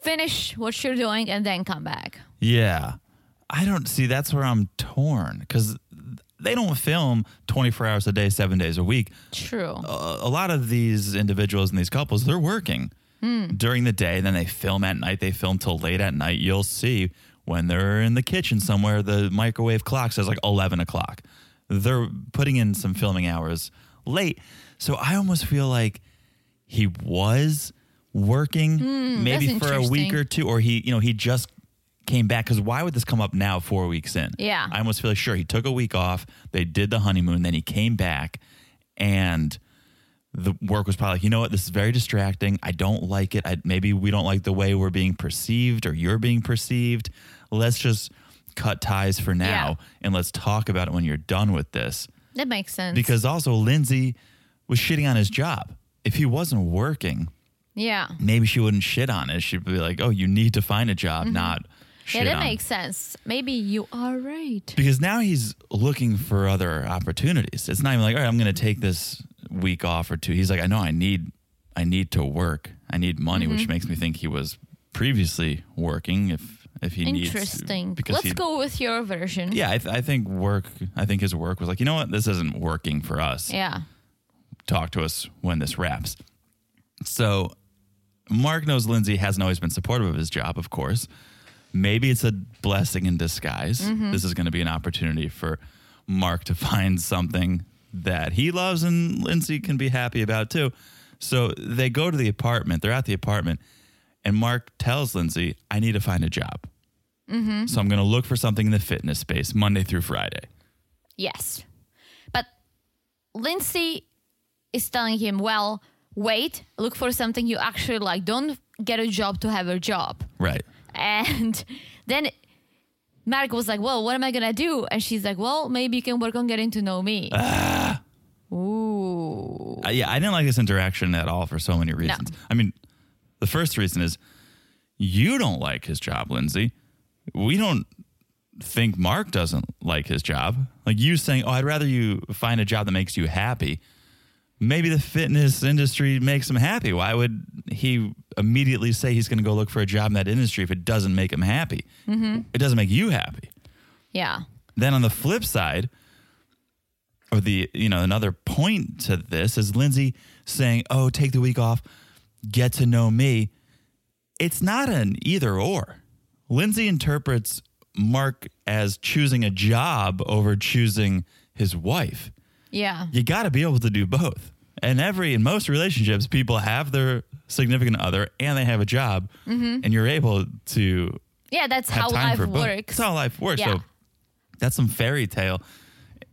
Speaker 7: finish what you're doing and then come back.
Speaker 6: Yeah. I don't see that's where I'm torn because they don't film 24 hours a day, seven days a week.
Speaker 7: True.
Speaker 6: a a lot of these individuals and these couples, they're working
Speaker 7: Hmm.
Speaker 6: during the day, then they film at night. They film till late at night. You'll see when they're in the kitchen somewhere, the microwave clock says like 11 o'clock. They're putting in some filming hours late. So I almost feel like he was working maybe
Speaker 7: Hmm, that's
Speaker 6: for a week
Speaker 7: interesting.
Speaker 6: or two, or he, you know, he just came back because why would this come up now four weeks in
Speaker 7: Yeah.
Speaker 6: i almost feel like sure he took a week off they did the honeymoon then he came back and the work was probably like, you know what, this is very distracting. I don't like it. I, maybe we don't like the way we're being perceived or you're being perceived. Let's just cut ties for now and let's talk about it when you're done with this.
Speaker 7: that makes sense.
Speaker 6: Because also, Lindsay was shitting on his job. If he wasn't working,
Speaker 7: yeah.
Speaker 6: maybe she wouldn't shit on it. She'd be like, oh, you need to find a job, not
Speaker 7: Yeah,
Speaker 6: shit
Speaker 7: that
Speaker 6: on
Speaker 7: makes sense. Maybe you are right.
Speaker 6: because now he's looking for other opportunities. It's not even like, all right, I'm going to take this week off or two. He's like, I know I need, I need to work. I need money, which
Speaker 7: Mm-hmm.
Speaker 6: makes me think he was previously working. If if he needs,
Speaker 7: Interesting.
Speaker 6: because
Speaker 7: Let's
Speaker 6: he-
Speaker 7: go with your version.
Speaker 6: Yeah, I, th- I think work. I think his work was like, you know what, this isn't working for us
Speaker 7: Yeah.
Speaker 6: talk to us when this wraps. So, Mark knows Lindsay hasn't always been supportive of his job, of course. Maybe it's a blessing in disguise. This is going to be an opportunity for Mark to find something that he loves and Lindsay can be happy about too. So, they go to the apartment, they're at the apartment, and Mark tells Lindsay, I need to find a job. So, I'm going to look for something in the fitness space Monday through Friday.
Speaker 7: Yes. But Lindsay is telling him, well, wait, look for something you actually like. Don't get a job to have a job.
Speaker 6: Right.
Speaker 7: And then Mark was like, well, what am I going to do? And she's like, well, maybe you can work on getting to know me.
Speaker 6: Ah.
Speaker 7: Ooh.
Speaker 6: Uh, yeah, I didn't like this interaction at all for so many reasons. I mean, the first reason is you don't like his job, Lindsay. We don't think Mark doesn't like his job. Like you saying, "Oh, I'd rather you find a job that makes you happy." Maybe the fitness industry makes him happy. Why would he immediately say he's going to go look for a job in that industry if it doesn't make him happy? It doesn't make you happy
Speaker 7: Yeah.
Speaker 6: then on the flip side or the you know another point to this is lindsay saying oh take the week off get to know me it's not an either or lindsay interprets mark as choosing a job over choosing his wife
Speaker 7: Yeah.
Speaker 6: you got to be able to do both. And every in most relationships, people have their significant other and they have a job, and you're able to
Speaker 7: Yeah, that's
Speaker 6: have
Speaker 7: Mm-hmm. how
Speaker 6: time
Speaker 7: life
Speaker 6: for both.
Speaker 7: works.
Speaker 6: That's how life works.
Speaker 7: Yeah.
Speaker 6: So that's some fairy tale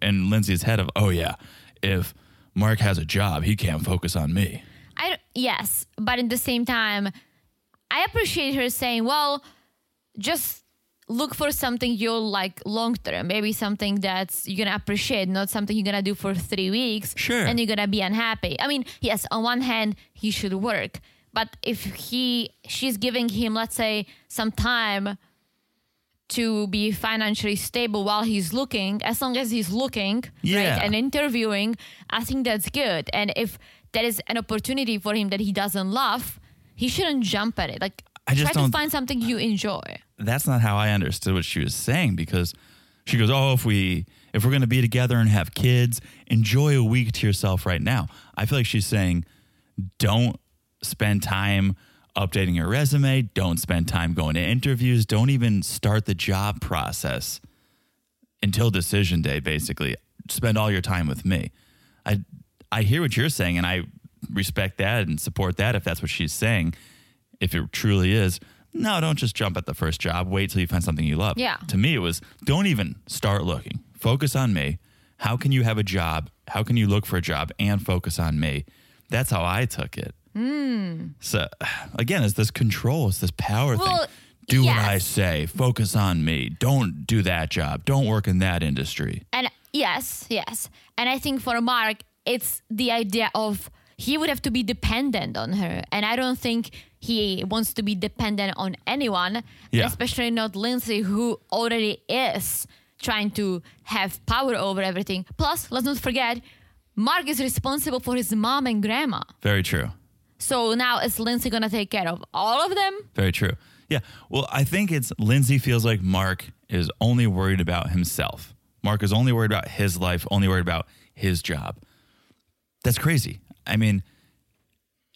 Speaker 6: in Lindsay's head of oh yeah, if Mark has a job, he can't focus on me.
Speaker 7: I don't- yes, but at the same time, I appreciate her saying, "Well, just look for something you'll like long term. Maybe something that's you're gonna appreciate, not something you're gonna do for three weeks.
Speaker 6: Sure.
Speaker 7: and you're gonna be unhappy. I mean, yes, on one hand, he should work, but if he she's giving him, let's say, some time." To be financially stable while he's looking, as long as he's looking,
Speaker 6: Yeah.
Speaker 7: right, and interviewing, I think that's good. And if there is an opportunity for him that he doesn't love, he shouldn't jump at it. Like
Speaker 6: I just
Speaker 7: try
Speaker 6: don't-
Speaker 7: to find something you enjoy.
Speaker 6: That's not how I understood what she was saying because she goes, "Oh, if we if we're going to be together and have kids, enjoy a week to yourself right now." I feel like she's saying don't spend time updating your resume, don't spend time going to interviews, don't even start the job process until decision day basically. Spend all your time with me. I I hear what you're saying and I respect that and support that if that's what she's saying. If it truly is, no, don't just jump at the first job. Wait till you find something you love.
Speaker 7: Yeah.
Speaker 6: To me it was don't even start looking. Focus on me. How can you have a job? How can you look for a job and focus on me? That's how I took it. So again, it's this control, it's this power
Speaker 7: Well,
Speaker 6: thing. Do what
Speaker 7: yes.
Speaker 6: I say. Focus on me. Don't do that job. Don't work in that industry.
Speaker 7: And yes, yes. And I think for Mark, it's the idea of he would have to be dependent on her. And I don't think he wants to be dependent on anyone,
Speaker 6: Yeah.
Speaker 7: especially not Lindsay, who already is trying to have power over everything. Plus, let's not forget, Mark is responsible for his mom and grandma.
Speaker 6: Very true.
Speaker 7: So now is Lindsay gonna take care of all of them?
Speaker 6: Very true. Yeah. Well, I think it's Lindsay feels like Mark is only worried about himself. Mark is only worried about his life, only worried about his job. That's crazy. I mean,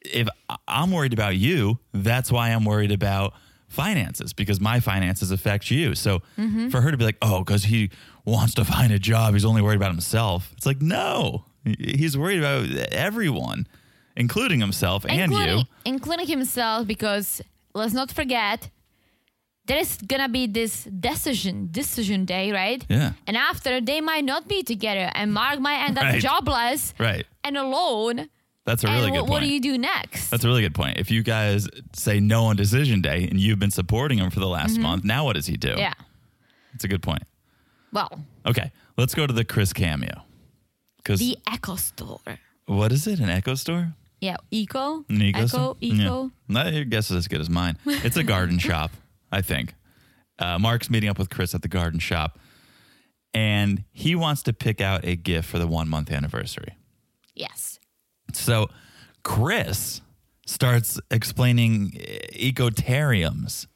Speaker 6: if I- I'm worried about you, that's why I'm worried about finances because my finances affect you. So
Speaker 7: Mm-hmm.
Speaker 6: for her to be like, oh, because he wants to find a job, he's only worried about himself. It's like, no, He- he's worried about everyone, including himself and
Speaker 7: including,
Speaker 6: you.
Speaker 7: including himself, because let's not forget, there is gonna be this decision decision day, right?
Speaker 6: Yeah.
Speaker 7: And after they might not be together, and Mark might end up
Speaker 6: Right.
Speaker 7: jobless
Speaker 6: Right.
Speaker 7: and alone.
Speaker 6: That's a
Speaker 7: and
Speaker 6: really
Speaker 7: wh-
Speaker 6: good
Speaker 7: what
Speaker 6: point.
Speaker 7: do you do next?
Speaker 6: That's a really good point. If you guys say no on decision day and you've been supporting him for the last month, now what does he do?
Speaker 7: Mm-hmm. yeah.
Speaker 6: It's a good point.
Speaker 7: Well,
Speaker 6: Okay, let's go to the Chris cameo. Because
Speaker 7: the Echo Store.
Speaker 6: what is it? An Echo store?
Speaker 7: Yeah, Eco.
Speaker 6: An eco
Speaker 7: Echo.
Speaker 6: store?
Speaker 7: Eco.
Speaker 6: Yeah. No, your guess is as good as mine. It's a garden shop, I think. Uh, Mark's meeting up with Chris at the garden shop, and he wants to pick out a gift for the one month anniversary.
Speaker 7: Yes.
Speaker 6: So Chris starts explaining eh, ecotariums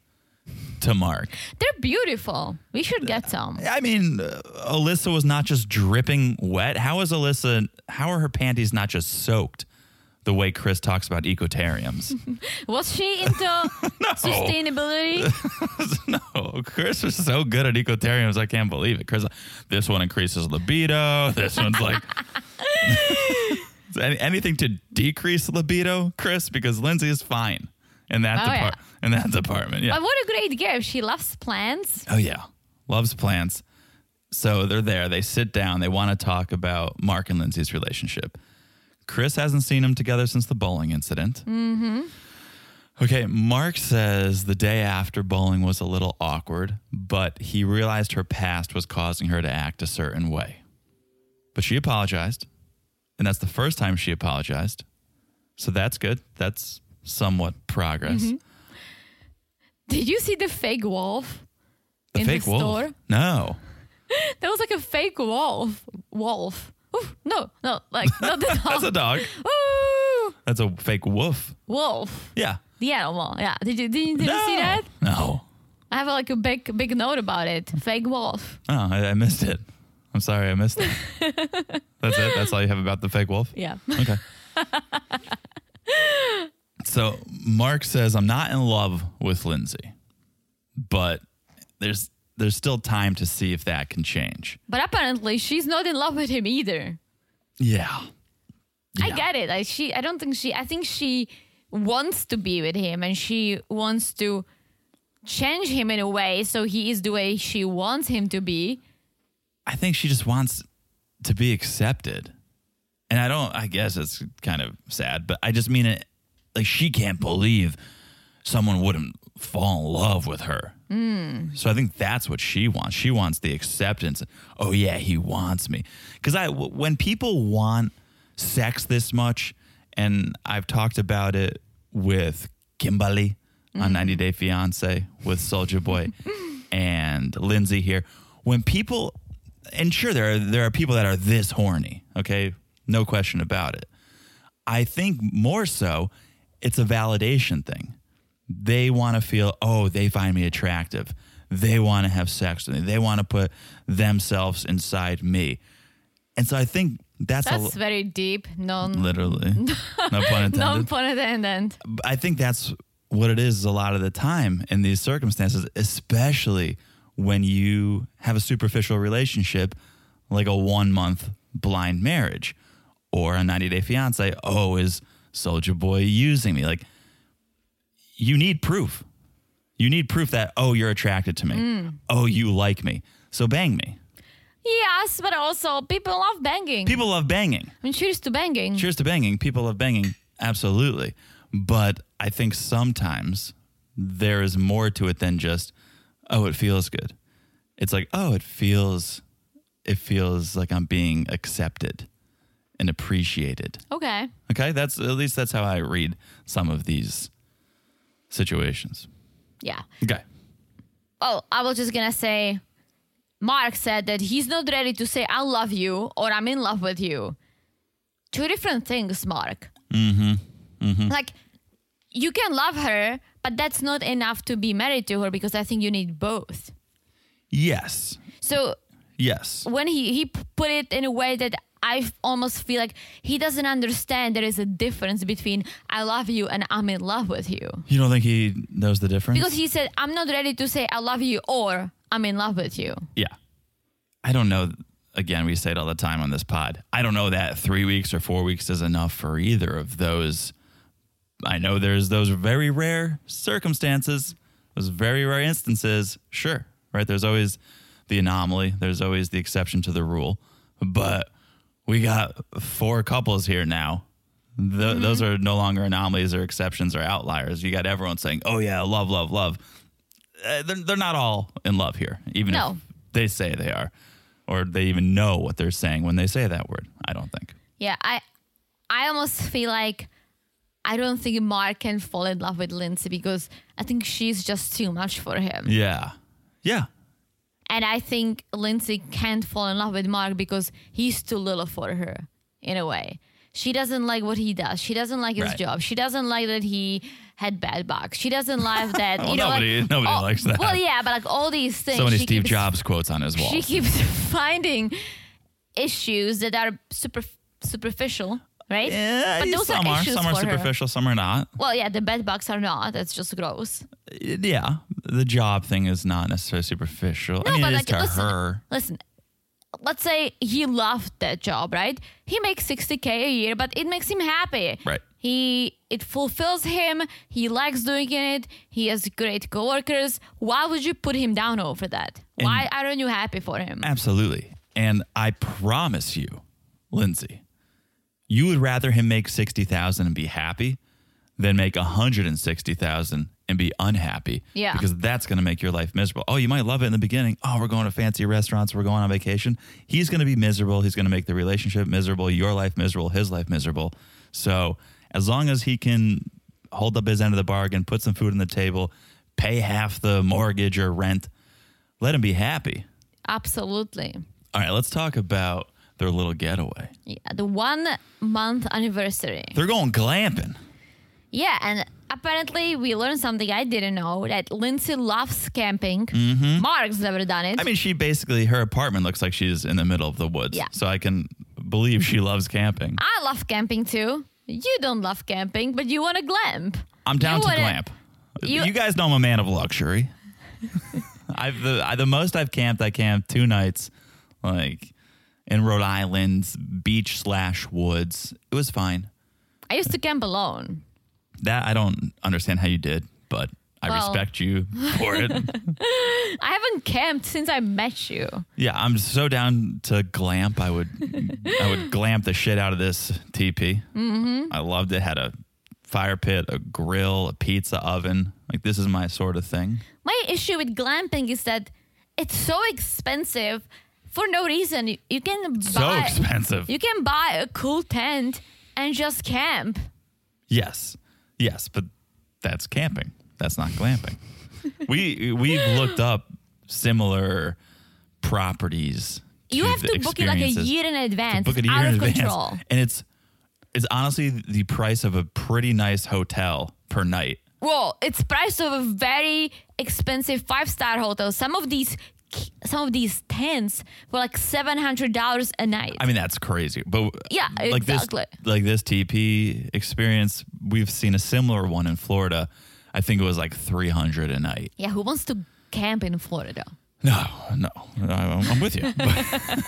Speaker 6: to Mark.
Speaker 7: They're beautiful. We should get some.
Speaker 6: I mean, uh, Alyssa was not just dripping wet. How is Alyssa? How are her panties not just soaked? The way Chris talks about ecotariums.
Speaker 7: Was she into
Speaker 6: Oh.
Speaker 7: sustainability?
Speaker 6: no, Chris was so good at ecotariums, I can't believe it. Chris, this one increases libido. This one's like Is any- anything to decrease libido, Chris, because Lindsay is fine in that
Speaker 7: Oh, yeah.
Speaker 6: department. In that department, yeah.
Speaker 7: But what a great gift. She loves plants.
Speaker 6: Oh yeah, loves plants. So they're there. They sit down. They want to talk about Mark and Lindsay's relationship. Chris hasn't seen them together since the bowling incident. Mm-hmm. Okay, Mark says the day after bowling was a little awkward, but he realized her past was causing her to act a certain way. But she apologized, and that's the first time she apologized. So that's good. That's somewhat progress.
Speaker 7: Mm-hmm. Did you see the fake wolf?
Speaker 6: The
Speaker 7: In the
Speaker 6: fake wolf.
Speaker 7: store?
Speaker 6: No.
Speaker 7: There was like a fake wolf. Wolf. Oof, no, no, like not the
Speaker 6: That's a dog.
Speaker 7: dog. Ooh,
Speaker 6: That's a fake wolf.
Speaker 7: wolf.
Speaker 6: Yeah.
Speaker 7: The animal. Yeah. Did you did you, did you
Speaker 6: no.
Speaker 7: see that?
Speaker 6: No.
Speaker 7: I have like a big big note about it. Fake wolf.
Speaker 6: Oh, I, I missed it. I'm sorry, I missed it. That's it. That's all you have about the fake wolf?
Speaker 7: Yeah.
Speaker 6: Okay. so Mark says, I'm not in love with Lindsay, but there's there's still time to see if that can change.
Speaker 7: But apparently she's not in love with him either.
Speaker 6: Yeah.
Speaker 7: I get it. Like she I don't think she I think she wants to be with him and she wants to change him in a way so he is the way she wants him to be.
Speaker 6: I think she just wants to be accepted. And I don't I guess it's kind of sad, but I just mean it like she can't believe someone wouldn't fall in love with her. So I think that's what she wants. She wants the acceptance. Oh yeah, he wants me. Cuz I w- when people want sex this much and I've talked about it with Kimberly on 90 Day Fiancé with Soldier Boy and Lindsay here. When people and sure there are there are people that are this horny, okay? No question about it. I think more so it's a validation thing they want to feel, oh, they find me attractive. They want to have sex with me. They want to put themselves inside me. And so I think that's,
Speaker 7: That's
Speaker 6: a,
Speaker 7: very deep, non
Speaker 6: literally no pun intended.
Speaker 7: non pun intended.
Speaker 6: I think that's what it is a lot of the time in these circumstances, especially when you have a superficial relationship like a one month blind marriage or a 90 day fiance. Oh, is Soldier Boy using me? Like, you need proof. You need proof that, oh, you're attracted to me. Oh, you like me. So bang me.
Speaker 7: Yes, but also people love banging.
Speaker 6: People love banging.
Speaker 7: I mean, cheers to banging.
Speaker 6: cheers to banging. People love banging, absolutely. But I think sometimes there is more to it than just, oh, it feels good. It's like, oh, it feels, it feels like I'm being accepted and appreciated.
Speaker 7: Okay.
Speaker 6: Okay, that's at least that's how I read some of these situations.
Speaker 7: Yeah.
Speaker 6: Okay,
Speaker 7: Oh, I was just gonna say, Mark said that he's not ready to say I love you or I'm in love with you. Two different things, Mark. Mm-hmm. Like, you can love her, but that's not enough to be married to her because I think you need both.
Speaker 6: yes,
Speaker 7: So
Speaker 6: yes,
Speaker 7: when he he p- put it in a way that I f- almost feel like he doesn't understand there is a difference between I love you and I'm in love with you.
Speaker 6: you don't think he knows the difference?
Speaker 7: Because he said, I'm not ready to say I love you or I'm in love with you.
Speaker 6: Yeah. I don't know. Again, we say it all the time on this pod. I don't know that three weeks or four weeks is enough for either of those. I know there's those very rare circumstances, those very rare instances. Sure, right? There's always the anomaly, there's always the exception to the rule. But we got four couples here now. Th-
Speaker 7: Mm-hmm.
Speaker 6: Those are no longer anomalies or exceptions or outliers. You got everyone saying, oh, yeah, love, love, love uh, they're, they're not all in love here, even
Speaker 7: No.
Speaker 6: if they say they are, or they even know what they're saying when they say that word. I don't think.
Speaker 7: Yeah, I I almost feel like I don't think Mark can fall in love with Lindsay because I think she's just too much for him.
Speaker 6: Yeah, yeah,
Speaker 7: And I think Lindsay can't fall in love with Mark because he's too little for her in a way. She doesn't like what he does. She doesn't like his
Speaker 6: Right.
Speaker 7: job. She doesn't like that he had bad bugs. She doesn't like that.
Speaker 6: Well,
Speaker 7: you know,
Speaker 6: Oh, nobody-
Speaker 7: like,
Speaker 6: nobody likes that.
Speaker 7: Well, yeah, but like all these things.
Speaker 6: so many
Speaker 7: she
Speaker 6: Steve
Speaker 7: keeps-
Speaker 6: Jobs quotes on his wall.
Speaker 7: She keeps finding issues that are super superficial, right?
Speaker 6: yeah,
Speaker 7: but those
Speaker 6: some
Speaker 7: are
Speaker 6: are,
Speaker 7: issues
Speaker 6: some are
Speaker 7: for her.
Speaker 6: superficial, some are not.
Speaker 7: Well, yeah, the bed bugs are not. That's just gross.
Speaker 6: Yeah, the job thing is not necessarily superficial. I mean,
Speaker 7: but
Speaker 6: it is
Speaker 7: like,
Speaker 6: to
Speaker 7: listen-
Speaker 6: her.
Speaker 7: Listen, let's say he loved that job, right? He makes 60k a year, but it makes him happy.
Speaker 6: Right.
Speaker 7: He it fulfills him. He likes doing it. He has great coworkers. Why would you put him down over that? Why aren't you happy for him?
Speaker 6: Absolutely. And I promise you, Lindsay, you would rather him make 60,000 and be happy than make 160,000 and be unhappy.
Speaker 7: Yeah.
Speaker 6: Because that's going to make your life miserable. Oh, you might love it in the beginning. Oh, we're going to fancy restaurants. We're going on vacation. He's going to be miserable. He's going to make the relationship miserable, your life miserable, his life miserable. So as long as he can hold up his end of the bargain, put some food on the table, pay half the mortgage or rent, let him be happy.
Speaker 7: Absolutely.
Speaker 6: All right, let's talk about their little getaway.
Speaker 7: Yeah, the one month anniversary.
Speaker 6: They're going glamping.
Speaker 7: Yeah, and apparently we learned something I didn't know that Lindsay loves camping. Mark's never done it.
Speaker 6: Mm-hmm. I mean, she basically her apartment looks like she's in the middle of the woods.
Speaker 7: Yeah. Uh,
Speaker 6: So I can believe she loves camping.
Speaker 7: I love camping too. You don't love camping, but you want to glamp.
Speaker 6: I'm down
Speaker 7: you
Speaker 6: to
Speaker 7: wanna-
Speaker 6: glamp. You,
Speaker 7: you-
Speaker 6: guys know I'm a man of luxury. I've the I, the most I've camped. I camped two nights, like in Rhode Island's beach slash woods. It was fine.
Speaker 7: I used to camp alone.
Speaker 6: That I don't understand how you did, but I
Speaker 7: Well.
Speaker 6: respect you for it.
Speaker 7: I haven't camped since I met you.
Speaker 6: Yeah, I'm so down to glamp. I would, I would glamp the shit out of this TP. Mm-hmm. I loved it. Had a fire pit, a grill, a pizza oven. Like this is my sort of thing.
Speaker 7: My issue with glamping is that it's so expensive for no reason. You, you can buy
Speaker 6: So expensive.
Speaker 7: You can buy a cool tent and just camp.
Speaker 6: yes, yes, but that's camping. That's not glamping. we we've looked up similar properties.
Speaker 7: You have
Speaker 6: the
Speaker 7: to book it like a
Speaker 6: experiences.
Speaker 7: year in advance.
Speaker 6: book it
Speaker 7: It's
Speaker 6: a year
Speaker 7: out
Speaker 6: in
Speaker 7: of
Speaker 6: advance.
Speaker 7: control.
Speaker 6: And it's it's honestly the price of a pretty nice hotel per night.
Speaker 7: Well, it's priced of a very expensive five star hotel. Some of these some of these tents were like seven hundred dollars a night.
Speaker 6: I mean, that's crazy. But
Speaker 7: Yeah,
Speaker 6: like
Speaker 7: exactly.
Speaker 6: this, like this TP experience, we've seen a similar one in Florida. I think it was like three hundred a night.
Speaker 7: yeah, who wants to camp in Florida?
Speaker 6: No, no, I'm I'm with you, but,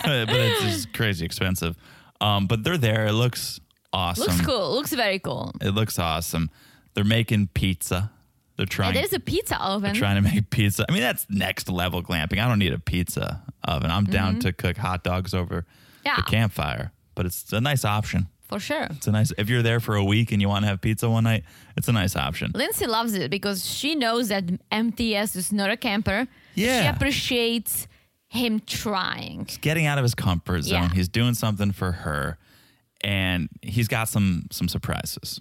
Speaker 6: but it's just crazy expensive. Um, but they're there. It looks awesome.
Speaker 7: Looks cool. Looks very cool.
Speaker 6: It looks awesome. They're making pizza. They're
Speaker 7: Yeah,
Speaker 6: trying.
Speaker 7: Uh, there's a pizza oven.
Speaker 6: trying to make pizza. I mean, that's next level glamping. I don't need a pizza oven. I'm down to cook hot dogs over
Speaker 7: Mm-hmm. Yeah.
Speaker 6: the campfire, but it's a nice option.
Speaker 7: For sure.
Speaker 6: It's a nice if you're there for a week and you want to have pizza one night. It's a nice option.
Speaker 7: Lindsay loves it because she knows that MTS is not a camper. She
Speaker 6: Yeah.
Speaker 7: appreciates him trying.
Speaker 6: Getting out of his comfort zone.
Speaker 7: Yeah.
Speaker 6: He's doing something for her, and he's got some some surprises.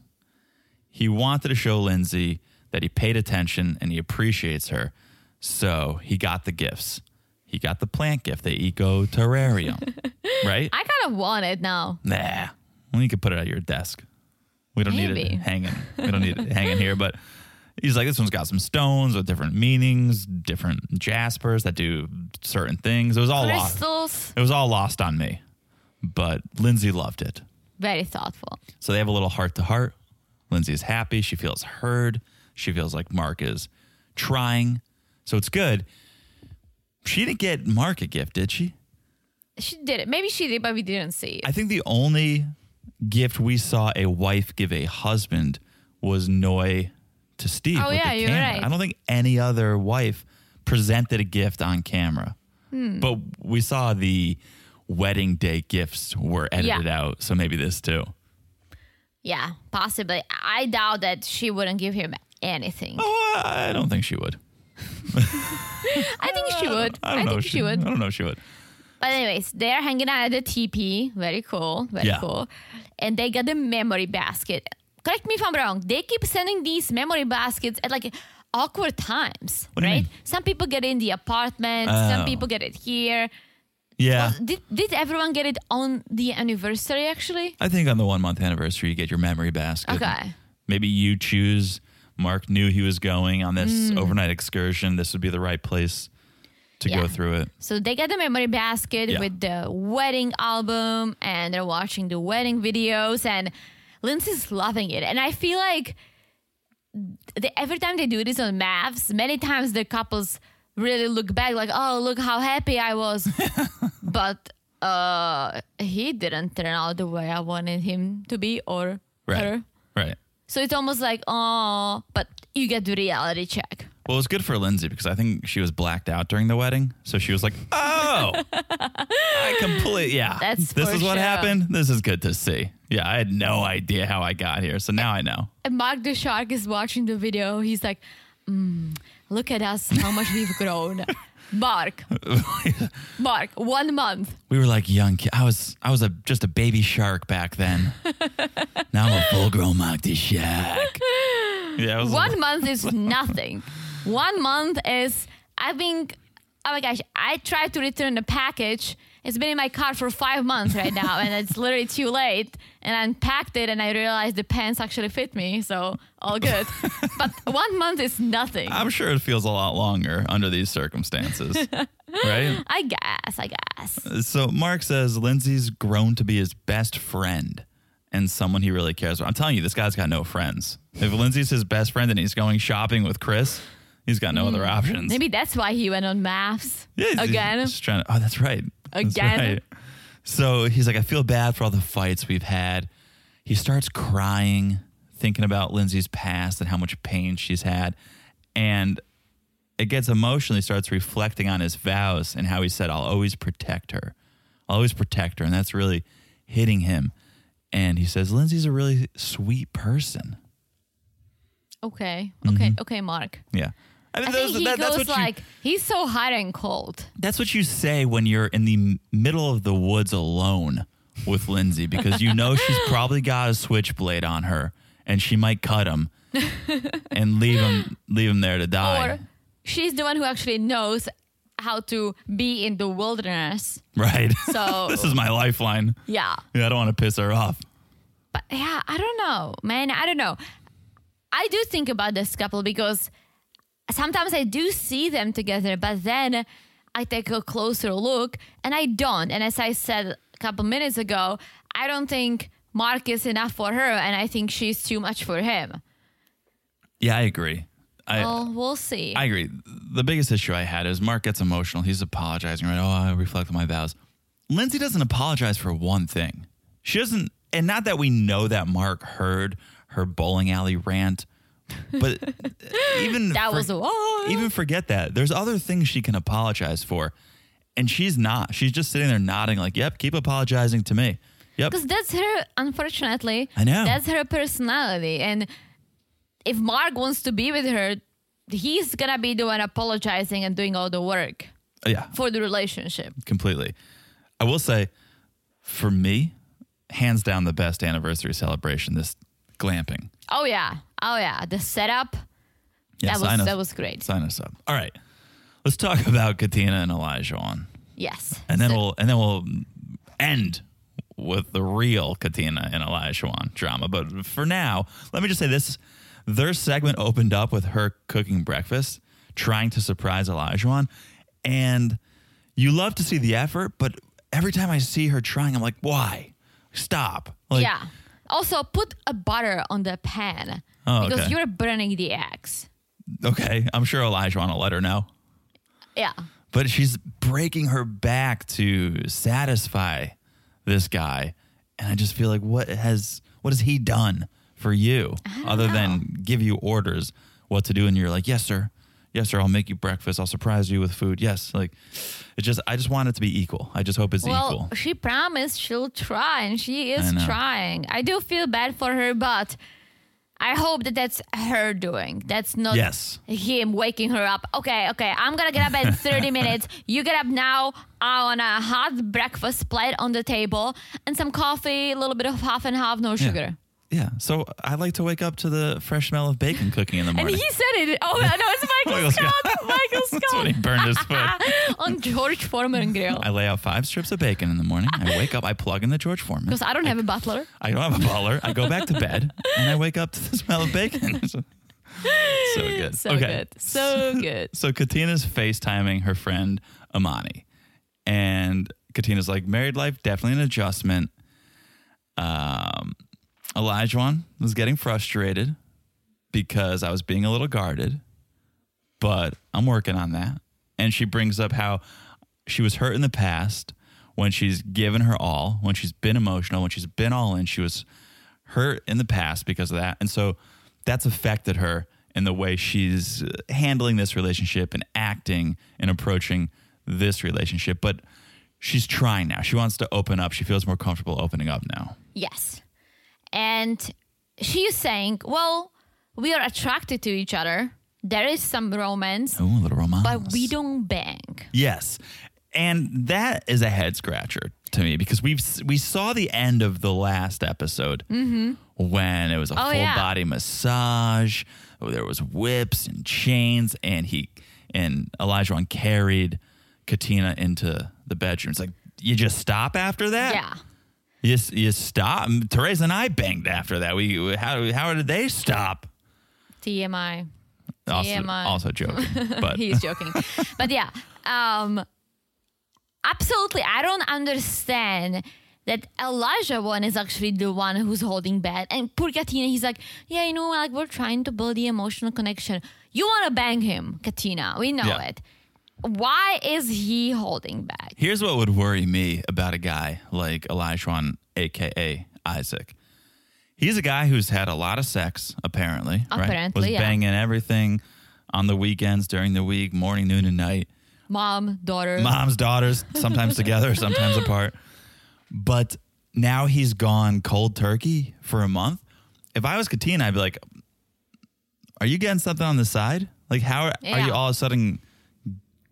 Speaker 6: He wanted to show Lindsay that he paid attention and he appreciates her, so he got the gifts. He got the plant gift, the eco terrarium, right?
Speaker 7: I kind of want it now.
Speaker 6: Nah. Well, you could put it at your desk. We don't need
Speaker 7: Maybe.
Speaker 6: it hanging. We don't need it hanging here. But he's like, this one's got some stones with different meanings, different jaspers that do certain things. It was all lost.
Speaker 7: Crystals,
Speaker 6: It was all lost on me. But Lindsay loved it.
Speaker 7: very thoughtful.
Speaker 6: So they have a little heart to heart. Lindsay's happy. She feels heard. She feels like Mark is trying. So it's good. She didn't get Mark a gift, did she?
Speaker 7: She did it. Maybe she did, but we didn't see it.
Speaker 6: I think the only gift we saw a wife give a husband was Noy to Steve.
Speaker 7: Oh,
Speaker 6: with
Speaker 7: yeah,
Speaker 6: the
Speaker 7: you're
Speaker 6: camera.
Speaker 7: right.
Speaker 6: I don't think any other wife presented a gift on camera.
Speaker 7: Hmm.
Speaker 6: But we saw the wedding day gifts were edited out, so maybe this too.
Speaker 7: Yeah, possibly. I doubt that she wouldn't give him anything.
Speaker 6: Oh, I don't think she would.
Speaker 7: I think she would.
Speaker 6: I
Speaker 7: I,
Speaker 6: don't know.
Speaker 7: think
Speaker 6: if
Speaker 7: she, would.
Speaker 6: I don't know if she would.
Speaker 7: But anyways, they're hanging out at the TP. Very cool. Very
Speaker 6: Yeah.
Speaker 7: cool. And they got the memory basket. Correct me if I'm wrong. They keep sending these memory baskets at like awkward times,
Speaker 6: What do you
Speaker 7: right?
Speaker 6: mean?
Speaker 7: Some people get it in the apartment.
Speaker 6: Oh.
Speaker 7: Some people get it here.
Speaker 6: Yeah.
Speaker 7: Did did everyone get it on the anniversary? Actually,
Speaker 6: I think on the one month anniversary, you get your memory basket.
Speaker 7: Okay.
Speaker 6: Maybe you choose. Mark knew he was going on this
Speaker 7: Mm.
Speaker 6: overnight excursion. This would be the right place to go
Speaker 7: Yeah.
Speaker 6: through it.
Speaker 7: so they got the memory basket
Speaker 6: Yeah.
Speaker 7: with the wedding album, and they're watching the wedding videos, and Lindsay's loving it. And I feel like they, every time they do this on maps, many times the couples really look back like, "Oh, look how happy I was," but uh, he didn't turn out the way I wanted him to be or
Speaker 6: Right.
Speaker 7: her.
Speaker 6: Right.
Speaker 7: So it's almost like, "Oh," but you get the reality check.
Speaker 6: Well, it was good for Lindsay because I think she was blacked out during the wedding. So she was like, oh, Oh, I completely yeah.
Speaker 7: That's
Speaker 6: this
Speaker 7: for
Speaker 6: is what
Speaker 7: sure.
Speaker 6: happened. This is good to see. Yeah, I had no idea how I got here, so now I know.
Speaker 7: And Mark the Shark is watching the video. He's like, mm, look at us, how much we've grown. Mark, Mark, one month.
Speaker 6: We were like young kids. I was I was a just a baby shark back then. now I'm a full grown Mark the Shark. Yeah, I was
Speaker 7: One month is nothing. One month is, I think, oh my gosh, I tried to return the package. It's been in my car for five months right now, and it's literally too late. And I unpacked it, and I realized the pants actually fit me, so all good. but one month is nothing.
Speaker 6: I'm sure it feels a lot longer under these circumstances, right?
Speaker 7: I guess, I guess.
Speaker 6: So Mark says Lindsay's grown to be his best friend and someone he really cares about. I'm telling you, this guy's got no friends. If Lindsay's his best friend and he's going shopping with Chris, he's got no other options.
Speaker 7: Maybe that's why he went on maths
Speaker 6: Yeah, he's-
Speaker 7: again.
Speaker 6: he's trying to- oh, that's right. That's
Speaker 7: Again.
Speaker 6: right. So he's like, I feel bad for all the fights we've had. He starts crying, thinking about Lindsay's past and how much pain she's had. And it gets emotional. He starts reflecting on his vows and how he said, I'll always protect her. I'll always protect her. And that's really hitting him. And he says, Lindsay's a really sweet person.
Speaker 7: Okay, okay, okay, Mark.
Speaker 6: Yeah. I mean,
Speaker 7: I
Speaker 6: Mm-hmm. those-
Speaker 7: think he
Speaker 6: that- that's
Speaker 7: goes
Speaker 6: what you-
Speaker 7: like, he's so hot and cold.
Speaker 6: That's what you say when you're in the m- middle of the woods alone with Lindsay because you know she's probably got a switchblade on her and she might cut him and leave him leave him there to die.
Speaker 7: Or she's the one who actually knows how to be in the wilderness.
Speaker 6: right.
Speaker 7: So-
Speaker 6: this is my lifeline.
Speaker 7: Yeah.
Speaker 6: Yeah, I don't want to piss her off.
Speaker 7: But yeah, I don't know, man. I don't know. I do think about this couple because sometimes I do see them together, but then I take a closer look and I don't. And as I said a couple minutes ago, I don't think Mark is enough for her and I think she's too much for him.
Speaker 6: Yeah, I agree. I
Speaker 7: Well, we'll see.
Speaker 6: I agree. The biggest issue I had is Mark gets emotional. He's apologizing, right? Oh, I reflect on my vows. Lindsay doesn't apologize for one thing. She doesn't, and not that we know that Mark heard her bowling alley rant, but even
Speaker 7: that was a
Speaker 6: even forget that. There's other things she can apologize for, and she's not. She's just sitting there nodding, like, "Yep, keep apologizing to me." Yep.
Speaker 7: Because that's her, unfortunately.
Speaker 6: I know.
Speaker 7: That's her personality. And if Mark wants to be with her, he's going to be the one apologizing and doing all the work
Speaker 6: Yeah.
Speaker 7: for the relationship.
Speaker 6: completely. I will say, for me, hands down the best anniversary celebration. This glamping.
Speaker 7: Oh, yeah. Oh, yeah. The setup,
Speaker 6: Yeah,
Speaker 7: that,
Speaker 6: sign
Speaker 7: was,
Speaker 6: us,
Speaker 7: that was great.
Speaker 6: sign us up. All right, let's talk about Katina and Elijah on,
Speaker 7: Yes.
Speaker 6: and then
Speaker 7: So-
Speaker 6: we'll and then we'll end with the real Katina and Elijah on drama. But for now, let me just say this: their segment opened up with her cooking breakfast, trying to surprise Elijah on, and you love to see the effort, but every time I see her trying, I'm like, why? Stop! Like,
Speaker 7: yeah. Also, put a butter on the pan
Speaker 6: Oh,
Speaker 7: because
Speaker 6: okay.
Speaker 7: you're burning the eggs.
Speaker 6: Okay, I'm sure Elijah will let her know.
Speaker 7: Yeah.
Speaker 6: but she's breaking her back to satisfy this guy and i just feel like what has what has he done for you other than give you orders what to do and you're like yes sir yes sir i'll make you breakfast i'll surprise you with food yes like it just i just want it to be equal i just hope it's
Speaker 7: Well,
Speaker 6: equal
Speaker 7: she promised she'll try, and she
Speaker 6: I
Speaker 7: is
Speaker 6: know.
Speaker 7: trying. I do feel bad for her, but I hope that that's her doing. That's not
Speaker 6: Yes.
Speaker 7: him waking her up. Okay, okay, I'm gonna get up in 30 minutes. You get up now. I want a hot breakfast plate on the table and some coffee, a little bit of half and half, no sugar.
Speaker 6: yeah so i like to wake up to the fresh smell of bacon cooking in the
Speaker 7: And
Speaker 6: morning
Speaker 7: he said it. Oh, no, it's Michael
Speaker 6: Michael Scott.
Speaker 7: Scott. Michael Scott.
Speaker 6: that's when he burned his foot
Speaker 7: on George Foreman Grill.
Speaker 6: i lay out five strips of bacon in the morning i wake up i plug in the george foreman
Speaker 7: Because I don't have a butler.
Speaker 6: I don't have a baller. I go back to bed and I wake up to the smell of bacon. so good.
Speaker 7: So good. So good.
Speaker 6: So Katina's FaceTiming her friend Amani. And Katina's like, married life, definitely an adjustment. Um, Elijah was getting frustrated because I was being a little guarded, but I'm working on that. And she brings up how she was hurt in the past when she's given her all, when she's been emotional, when she's been all in. She was hurt in the past because of that. And so that's affected her in the way she's uh, handling this relationship and acting and approaching this relationship, but she's trying now. She wants to open up. She feels more comfortable opening up now.
Speaker 7: Yes. And she's saying, well, we are attracted to each other. There is some romance,
Speaker 6: Ooh, a little romance.
Speaker 7: but we don't bang.
Speaker 6: Yes. And that is a head scratcher to me because we've we saw the end of the last episode when it was a
Speaker 7: Mm-hmm. Oh,
Speaker 6: full
Speaker 7: yeah.
Speaker 6: body massage. There was whips and chains, and he and Elijah carried Katina into the bedroom. It's like you just stop after that.
Speaker 7: Yeah.
Speaker 6: You s- you stop. Therese and I banged after that. We how how did they stop?
Speaker 7: TMI.
Speaker 6: Also,
Speaker 7: TMI.
Speaker 6: also joking, but
Speaker 7: He's joking. but yeah, um, absolutely. I don't understand that Elijah one is actually the one who's holding bad. And poor Katina, he's like, yeah, you know, like we're trying to build the emotional connection. You want to bang him, Katina. We know
Speaker 6: Yeah.
Speaker 7: it. Why is he holding back?
Speaker 6: Here's what would worry me about a guy like Elijah, aka Isaac. He's a guy who's had a lot of sex, apparently. right?
Speaker 7: Apparently,
Speaker 6: was
Speaker 7: yeah.
Speaker 6: banging everything on the weekends, during the week, morning, noon, and night.
Speaker 7: Mom, daughter.
Speaker 6: Mom's daughters, sometimes together, sometimes apart. But now he's gone cold turkey for a month. If I was Katina, I'd be like, "Are you getting something on the side? Like, how are
Speaker 7: Yeah.
Speaker 6: you all of a sudden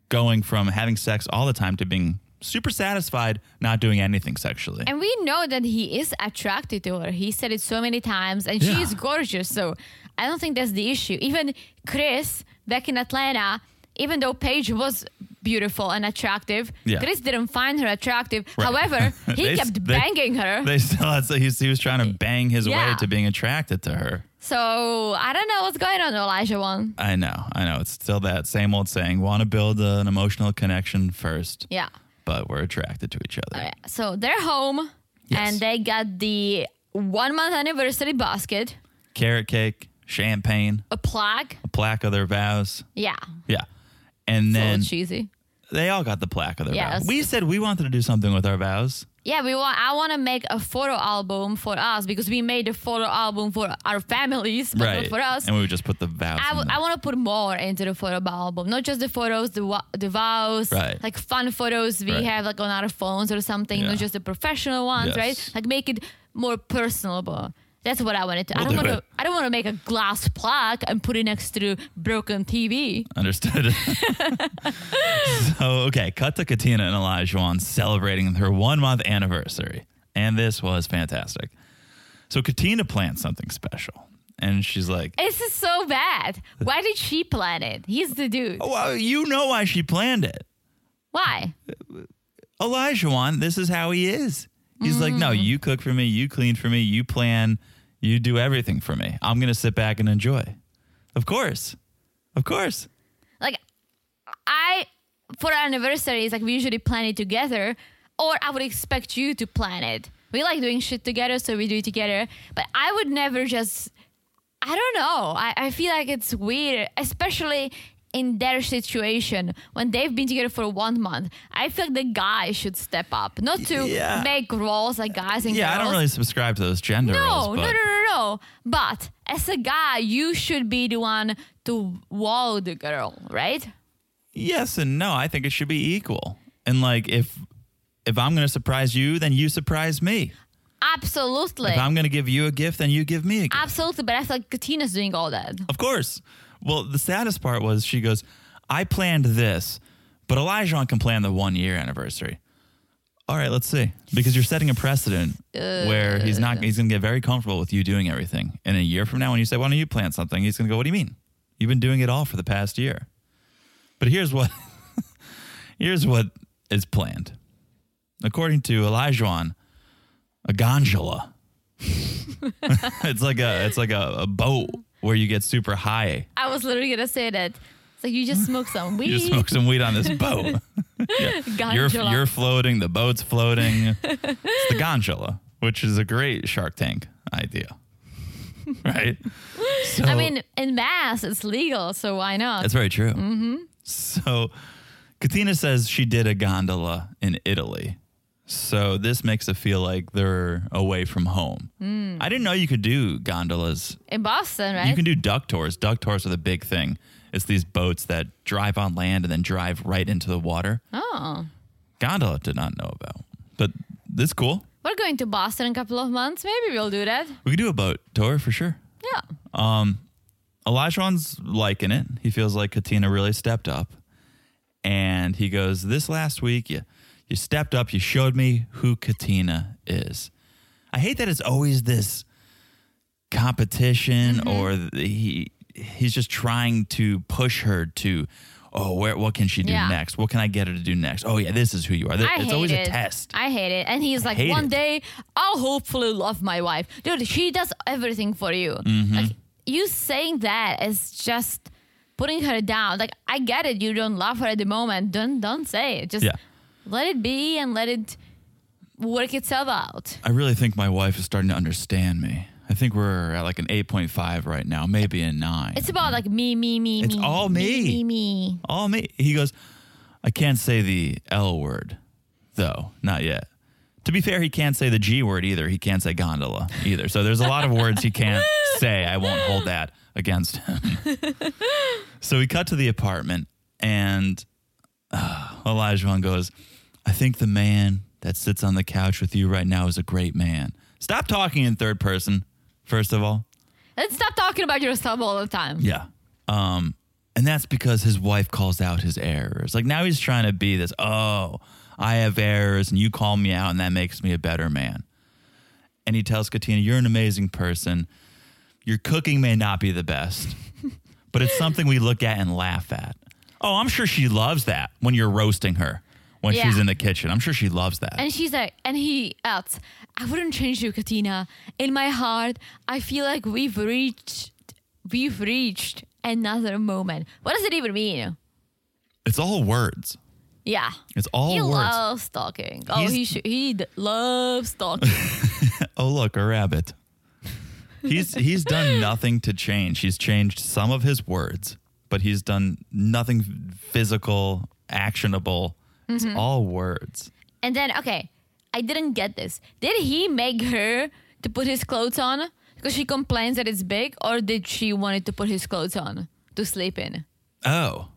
Speaker 6: going from having sex all the time to being super satisfied, not doing anything sexually?"
Speaker 7: And we know that he is attracted to her. He said it so many times, and
Speaker 6: Yeah.
Speaker 7: she is gorgeous. So I don't think that's the issue. Even Chris back in Atlanta, even though Paige was beautiful and attractive,
Speaker 6: Yeah.
Speaker 7: Chris didn't find her attractive.
Speaker 6: Right.
Speaker 7: However,
Speaker 6: They
Speaker 7: he
Speaker 6: s-
Speaker 7: kept
Speaker 6: they-
Speaker 7: banging her.
Speaker 6: They still had so he, he was trying to bang his way
Speaker 7: Yeah.
Speaker 6: to being attracted to her.
Speaker 7: so I don't know what's going on, Elijah one.
Speaker 6: I know, I know. It's still that same old saying: want to build an emotional connection first,
Speaker 7: Yeah. Oh,
Speaker 6: but we're attracted to each other.
Speaker 7: Yeah. So they're home,
Speaker 6: Yes.
Speaker 7: and they got the one month anniversary basket,
Speaker 6: carrot cake, champagne,
Speaker 7: a plaque.
Speaker 6: a plaque of their vows.
Speaker 7: Yeah.
Speaker 6: Yeah. And
Speaker 7: So
Speaker 6: then
Speaker 7: cheesy.
Speaker 6: they all got the plaque of their
Speaker 7: Yeah,
Speaker 6: vows.
Speaker 7: that's-
Speaker 6: We said we wanted to do something with our vows.
Speaker 7: Yeah, we want. I want to make a photo album for us because we made a photo album for our families, but not for us.
Speaker 6: And we would just put the vows.
Speaker 7: I,
Speaker 6: in
Speaker 7: w-
Speaker 6: the-
Speaker 7: I want to put more into the photo album, not just the photos, the wa- the vows,
Speaker 6: Right.
Speaker 7: like fun photos we
Speaker 6: Right.
Speaker 7: have like on our phones or something,
Speaker 6: Yeah.
Speaker 7: not just the professional ones,
Speaker 6: Yes.
Speaker 7: right? Like make it more personable. That's what I wanted to. I
Speaker 6: We'll
Speaker 7: don't
Speaker 6: do
Speaker 7: want to.
Speaker 6: it.
Speaker 7: I don't want to make a glass plaque and put it next to the broken TV.
Speaker 6: Understood. so, okay. Cut to Katina and Elijah on celebrating her one month anniversary. And this was fantastic. So, Katina planned something special. And she's like,
Speaker 7: This is so bad. Why did she plan it? He's the dude.
Speaker 6: well, you know why she planned it.
Speaker 7: Why?
Speaker 6: Elijah Wan, this is how he is. He's like, no,
Speaker 7: Mm.
Speaker 6: you cook for me, you clean for me, you plan, you do everything for me. I'm gonna sit back and enjoy. Of course, of course.
Speaker 7: like I for our anniversaries, like we usually plan it together, or I would expect you to plan it. We like doing shit together, so we do it together. But I would never just I don't know. I, I feel like it's weird, especially in their situation when they've been together for one month. I feel like the guy should step up, not to
Speaker 6: Yeah.
Speaker 7: make roles like guys and
Speaker 6: Yeah, I
Speaker 7: girls.
Speaker 6: don't really subscribe to those gender
Speaker 7: No,
Speaker 6: roles.
Speaker 7: no,
Speaker 6: But
Speaker 7: no, no, no. But as a guy, you should be the one to wow the girl, right?
Speaker 6: Yes and no. I think it should be equal. And like, if if I'm gonna surprise you, then you surprise me.
Speaker 7: Absolutely.
Speaker 6: If I'm gonna give you a gift, then you give me a gift.
Speaker 7: Absolutely. But I feel like Katina's doing all that.
Speaker 6: Of course. Well, the saddest part was she goes, I planned this, but Elijah can plan the one year anniversary. All right, let's see. Because you're setting a precedent where he's not he's gonna get very comfortable with you doing everything. And a year from now when you say, Why don't you plan something? He's gonna go, What do you mean? You've been doing it all for the past year. But here's what here's what is planned. According to Elijah, a gondola it's like a it's like a, a boat where you get super high.
Speaker 7: I was literally going to say that. It's like you just smoke some weed.
Speaker 6: You just smoke some weed on this boat. Yeah. You're
Speaker 7: Gondola.
Speaker 6: you're floating. The boat's floating. it's the gondola, which is a great Shark Tank idea, right? So,
Speaker 7: I mean, in mass, it's legal, so why not?
Speaker 6: that's very true. Mm-hmm. So, Katina says she did a gondola in Italy. So this makes it feel like they're away from home.
Speaker 7: Mm.
Speaker 6: I didn't know you could do gondolas
Speaker 7: in Boston, right?
Speaker 6: You can do duck tours. Duck tours are the big thing. It's these boats that drive on land and then drive right into the water.
Speaker 7: Oh.
Speaker 6: Gondola did not know about, but this is cool.
Speaker 7: We're going to Boston in a couple of months. Maybe we'll do that.
Speaker 6: We could do a boat tour for sure.
Speaker 7: Yeah.
Speaker 6: Elijah's liking it. He feels like Katina really stepped up. And he goes, This last week, you, you stepped up. You showed me who Katina is. I hate that it's always this competition
Speaker 7: Mm-hmm.
Speaker 6: or the- he he's just trying to push her to, oh, where, what can she do
Speaker 7: Yeah.
Speaker 6: next? What can I get her to do next? Oh, yeah, this is who you are.
Speaker 7: I
Speaker 6: it's
Speaker 7: hate
Speaker 6: always
Speaker 7: it.
Speaker 6: a test.
Speaker 7: I hate it. And he's like,
Speaker 6: hate
Speaker 7: one
Speaker 6: it.
Speaker 7: day I'll hopefully love my wife. Dude, she does everything for you.
Speaker 6: Mm-hmm.
Speaker 7: Like you saying that is just putting her down. Like I get it, you don't love her at the moment. Don't don't say it. Just
Speaker 6: Yeah.
Speaker 7: let it be and let it work itself out.
Speaker 6: I really think my wife is starting to understand me. I think we're at like an 8.5 right now, maybe a 9.
Speaker 7: It's about like me, me, me,
Speaker 6: It's
Speaker 7: me.
Speaker 6: all me.
Speaker 7: Me, me, me.
Speaker 6: all Oh, me. He goes, I can't say the L word, though, not yet. To be fair, he can't say the G word either. He can't say gondola either. So there's a lot of words he can't say. I won't hold that against him. so we cut to the apartment, and uh, Elijah goes, I think the man that sits on the couch with you right now is a great man. Stop talking in third person, first of all.
Speaker 7: Let's stop talking about yourself all the time.
Speaker 6: Yeah. Um, and that's because his wife calls out his errors. Like now he's trying to be this, oh, I have errors and you call me out and that makes me a better man. And he tells Katina, you're an amazing person. Your cooking may not be the best, but it's something we look at and laugh at. Oh, I'm sure she loves that when you're roasting her when
Speaker 7: Yeah.
Speaker 6: she's in the kitchen. I'm sure she loves that.
Speaker 7: And she's like, and he adds, I wouldn't change you, Katina. In my heart, I feel like we've reached, we've reached another moment. What does it even mean?
Speaker 6: it's all words.
Speaker 7: Yeah.
Speaker 6: It's all
Speaker 7: he
Speaker 6: words.
Speaker 7: loves talking. Oh,
Speaker 6: He's-
Speaker 7: he sh- he d- loves talking.
Speaker 6: oh look a rabbit he's he's done nothing to change he's changed some of his words but he's done nothing physical actionable it's
Speaker 7: Mm-hmm.
Speaker 6: all words
Speaker 7: and then, okay, I didn't get this. Did he make her to put his clothes on because she complains that it's big, or did she wanted to put his clothes on to sleep in?
Speaker 6: oh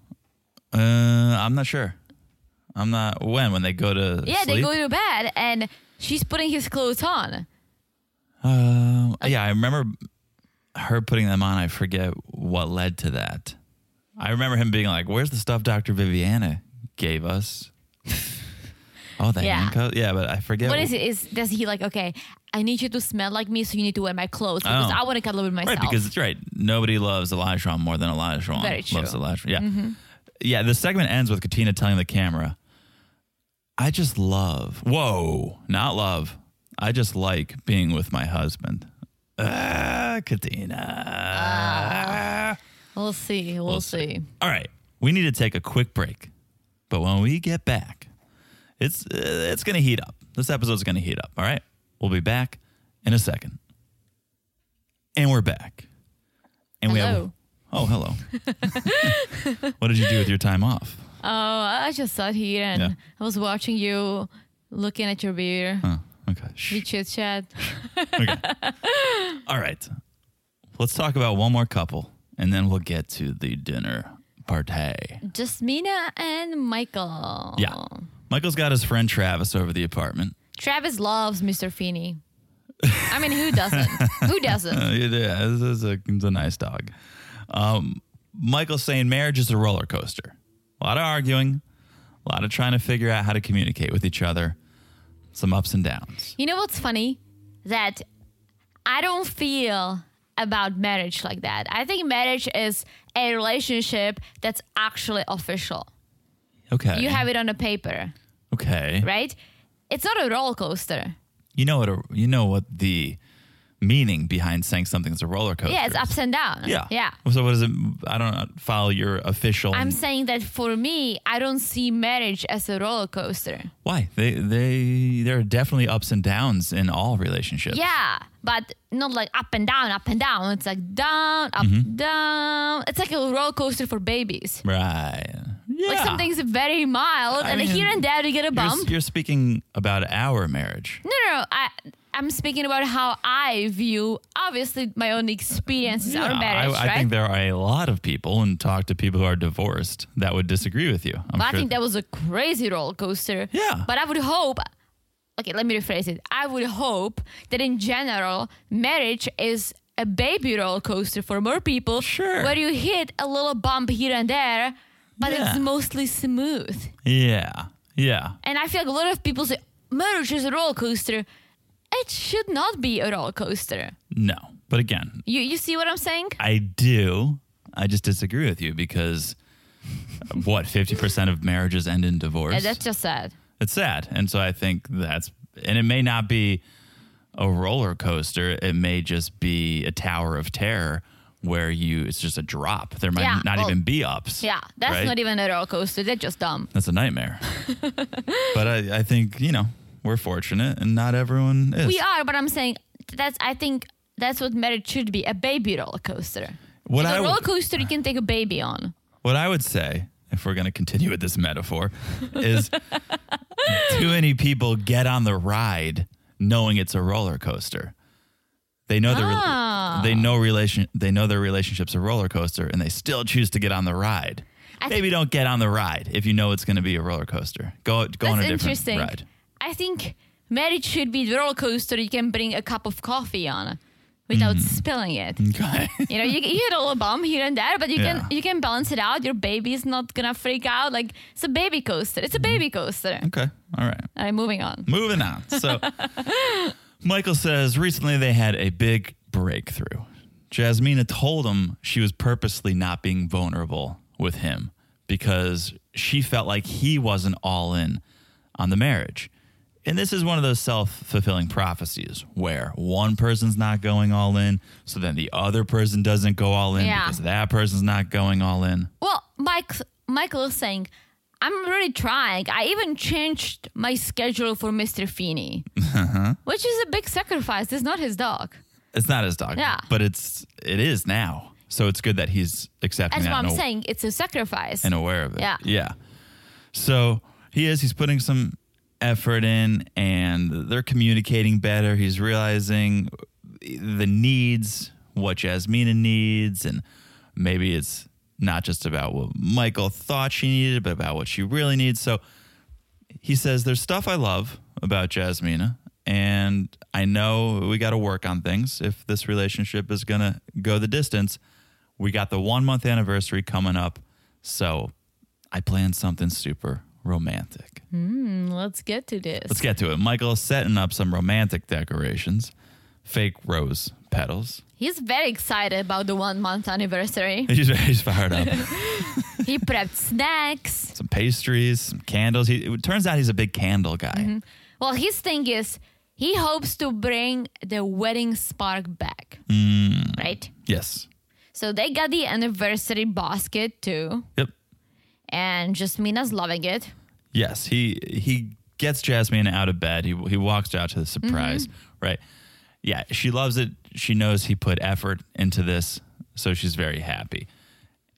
Speaker 6: uh, i'm not sure i'm not when when they go to
Speaker 7: Yeah, they
Speaker 6: sleep?
Speaker 7: go to bed and she's putting his clothes on.
Speaker 6: Uh, yeah, I remember her putting them on. I forget what led to that. I remember him being like, "Where's the stuff Dr. Viviana gave us?" oh, that
Speaker 7: Yeah.
Speaker 6: handcuff. Yeah, but I forget.
Speaker 7: What is it? Is does he like? Okay, I need you to smell like me, so you need to wear my clothes because
Speaker 6: Oh.
Speaker 7: I want to cuddle with myself.
Speaker 6: Right, because it's right. Nobody loves Elijah more than Elijah
Speaker 7: Very true. Mm-hmm.
Speaker 6: loves Elijah. Yeah. Yeah, the segment ends with Katina telling the camera, I just love, whoa, not love. I just like being with my husband. Ah,
Speaker 7: Ah.
Speaker 6: Katina.
Speaker 7: we'll see. We'll, see.
Speaker 6: All right. We need to take a quick break. But when we get back, it's uh, it's going to heat up. This episode's going to heat up, all right? We'll be back in a second. And we're back. And
Speaker 7: Hello.
Speaker 6: Oh, hello. what did you do with your time off?
Speaker 7: Oh, I just sat here and
Speaker 6: Yeah.
Speaker 7: I was watching you, looking at your beer.
Speaker 6: Huh. Okay. Shh.
Speaker 7: We chit chat.
Speaker 6: okay. All right. Let's talk about one more couple and then we'll get to the dinner party.
Speaker 7: Jasmina and Michael.
Speaker 6: Yeah. Michael's got his friend Travis over the apartment.
Speaker 7: Travis loves Mr. Feeney. I mean, who doesn't? who doesn't?
Speaker 6: Uh, yeah, this is a, it's a nice dog. Um, Michael's saying marriage is a roller coaster. A lot of arguing, a lot of trying to figure out how to communicate with each other, some ups and downs.
Speaker 7: You know what's funny? That I don't feel about marriage like that. I think marriage is a relationship that's actually official.
Speaker 6: Okay.
Speaker 7: You have it on a paper,
Speaker 6: okay.
Speaker 7: right? It's not a roller coaster.
Speaker 6: You know what? A, you know what the meaning behind saying something's a roller coaster.
Speaker 7: Yeah, it's
Speaker 6: is.
Speaker 7: ups and downs.
Speaker 6: Yeah.
Speaker 7: Yeah.
Speaker 6: So what does it? I don't follow your official.
Speaker 7: I'm saying that for me, I don't see marriage as a roller coaster.
Speaker 6: why they they there are definitely ups and downs in all relationships.
Speaker 7: Yeah, but not like up and down, up and down. It's like down, up,
Speaker 6: Mm-hmm.
Speaker 7: down. It's like a roller coaster for babies.
Speaker 6: Right. Yeah.
Speaker 7: Like something's very mild,
Speaker 6: I
Speaker 7: and
Speaker 6: mean,
Speaker 7: here and there you get a
Speaker 6: You're-
Speaker 7: bump.
Speaker 6: You're, speaking about our marriage.
Speaker 7: No, no, no. I, I'm speaking about how I view. Obviously, my own experiences
Speaker 6: Yeah,
Speaker 7: are
Speaker 6: I,
Speaker 7: marriage,
Speaker 6: I
Speaker 7: right?
Speaker 6: think there are a lot of people, and talk to people who are divorced that would disagree with you. I'm
Speaker 7: But I
Speaker 6: sure-
Speaker 7: think that was a crazy roller coaster.
Speaker 6: Yeah.
Speaker 7: But I would hope. Okay, let me rephrase it. I would hope that in general, marriage is a baby roller coaster for more people.
Speaker 6: Sure.
Speaker 7: Where you hit a little bump here and there, but
Speaker 6: Yeah.
Speaker 7: it's mostly smooth.
Speaker 6: yeah, yeah.
Speaker 7: And I feel like a lot of people say marriage is a roller coaster. It should not be a roller coaster.
Speaker 6: No, but again,
Speaker 7: You you see what I'm saying?
Speaker 6: I do. I just disagree with you because what fifty percent of marriages end in divorce.
Speaker 7: Yeah, that's just sad.
Speaker 6: it's sad, and so I think that's and it may not be a roller coaster. It may just be a tower of terror where you it's just a drop. There might
Speaker 7: Yeah,
Speaker 6: not
Speaker 7: well,
Speaker 6: even be ups.
Speaker 7: Yeah, that's
Speaker 6: right?
Speaker 7: not even a roller coaster. That's just dumb.
Speaker 6: That's a nightmare. but I, I think you know we're fortunate, and not everyone is.
Speaker 7: We are, but I'm saying that's. I think that's what marriage should be: a baby roller coaster.
Speaker 6: What
Speaker 7: Like
Speaker 6: I
Speaker 7: a
Speaker 6: would-
Speaker 7: roller coaster you can take a baby on.
Speaker 6: What I would say, if we're going to continue with this metaphor, is too many people get on the ride knowing it's a roller coaster. They know their
Speaker 7: Ah.
Speaker 6: they know relation they know their relationship's a roller coaster, and they still choose to get on the ride.
Speaker 7: I thi-
Speaker 6: Maybe don't get on the ride if you know it's going to be a roller coaster. Go go on a
Speaker 7: That's
Speaker 6: different
Speaker 7: interesting.
Speaker 6: ride.
Speaker 7: I think marriage should be the roller coaster you can bring a cup of coffee on without
Speaker 6: Mm.
Speaker 7: spilling it.
Speaker 6: Okay.
Speaker 7: You know, you, you get a little bump here and there, but you
Speaker 6: Yeah.
Speaker 7: can you can balance it out. Your baby's not gonna freak out. Like it's a baby coaster. It's a
Speaker 6: Mm.
Speaker 7: baby coaster.
Speaker 6: okay. All right.
Speaker 7: All right, moving on.
Speaker 6: Moving on. So Michael says recently they had a big breakthrough. Jasmina told him she was purposely not being vulnerable with him because she felt like he wasn't all in on the marriage. And this is one of those self fulfilling prophecies where one person's not going all in, so then the other person doesn't go all in
Speaker 7: Yeah.
Speaker 6: because that person's not going all in.
Speaker 7: Well, Mike, Michael is saying, I'm really trying. I even changed my schedule for Mr. Feeney,
Speaker 6: Uh-huh.
Speaker 7: which is a big sacrifice. This is not his dog.
Speaker 6: It's not his dog,
Speaker 7: Yeah.
Speaker 6: but it's it is now. So it's good that he's accepting
Speaker 7: That's
Speaker 6: that
Speaker 7: what
Speaker 6: and
Speaker 7: I'm
Speaker 6: aw-
Speaker 7: saying. It's a sacrifice.
Speaker 6: and aware of it.
Speaker 7: Yeah.
Speaker 6: Yeah. So he is. He's putting some effort in and they're communicating better. He's realizing the needs, what Jasmina needs, and maybe it's not just about what Michael thought she needed, but about what she really needs. So he says, There's stuff I love about Jasmina. And I know we got to work on things if this relationship is going to go the distance. We got the one month anniversary coming up. So I planned something super romantic.
Speaker 7: Mm, Let's get to this.
Speaker 6: Let's get to it. Michael is setting up some romantic decorations, fake rose petals.
Speaker 7: He's very excited about the one month anniversary.
Speaker 6: He's, he's fired up.
Speaker 7: he prepped snacks.
Speaker 6: some pastries, some candles. He, it turns out he's a big candle guy.
Speaker 7: Well, his thing is, he hopes to bring the wedding spark back.
Speaker 6: Mm.
Speaker 7: Right?
Speaker 6: Yes.
Speaker 7: So they got the anniversary basket too,
Speaker 6: Yep.
Speaker 7: and Jasmina's loving it.
Speaker 6: Yes, he he gets Jasmine out of bed. He he walks out to the surprise, right? Yeah, she loves it. She knows he put effort into this, so she's very happy.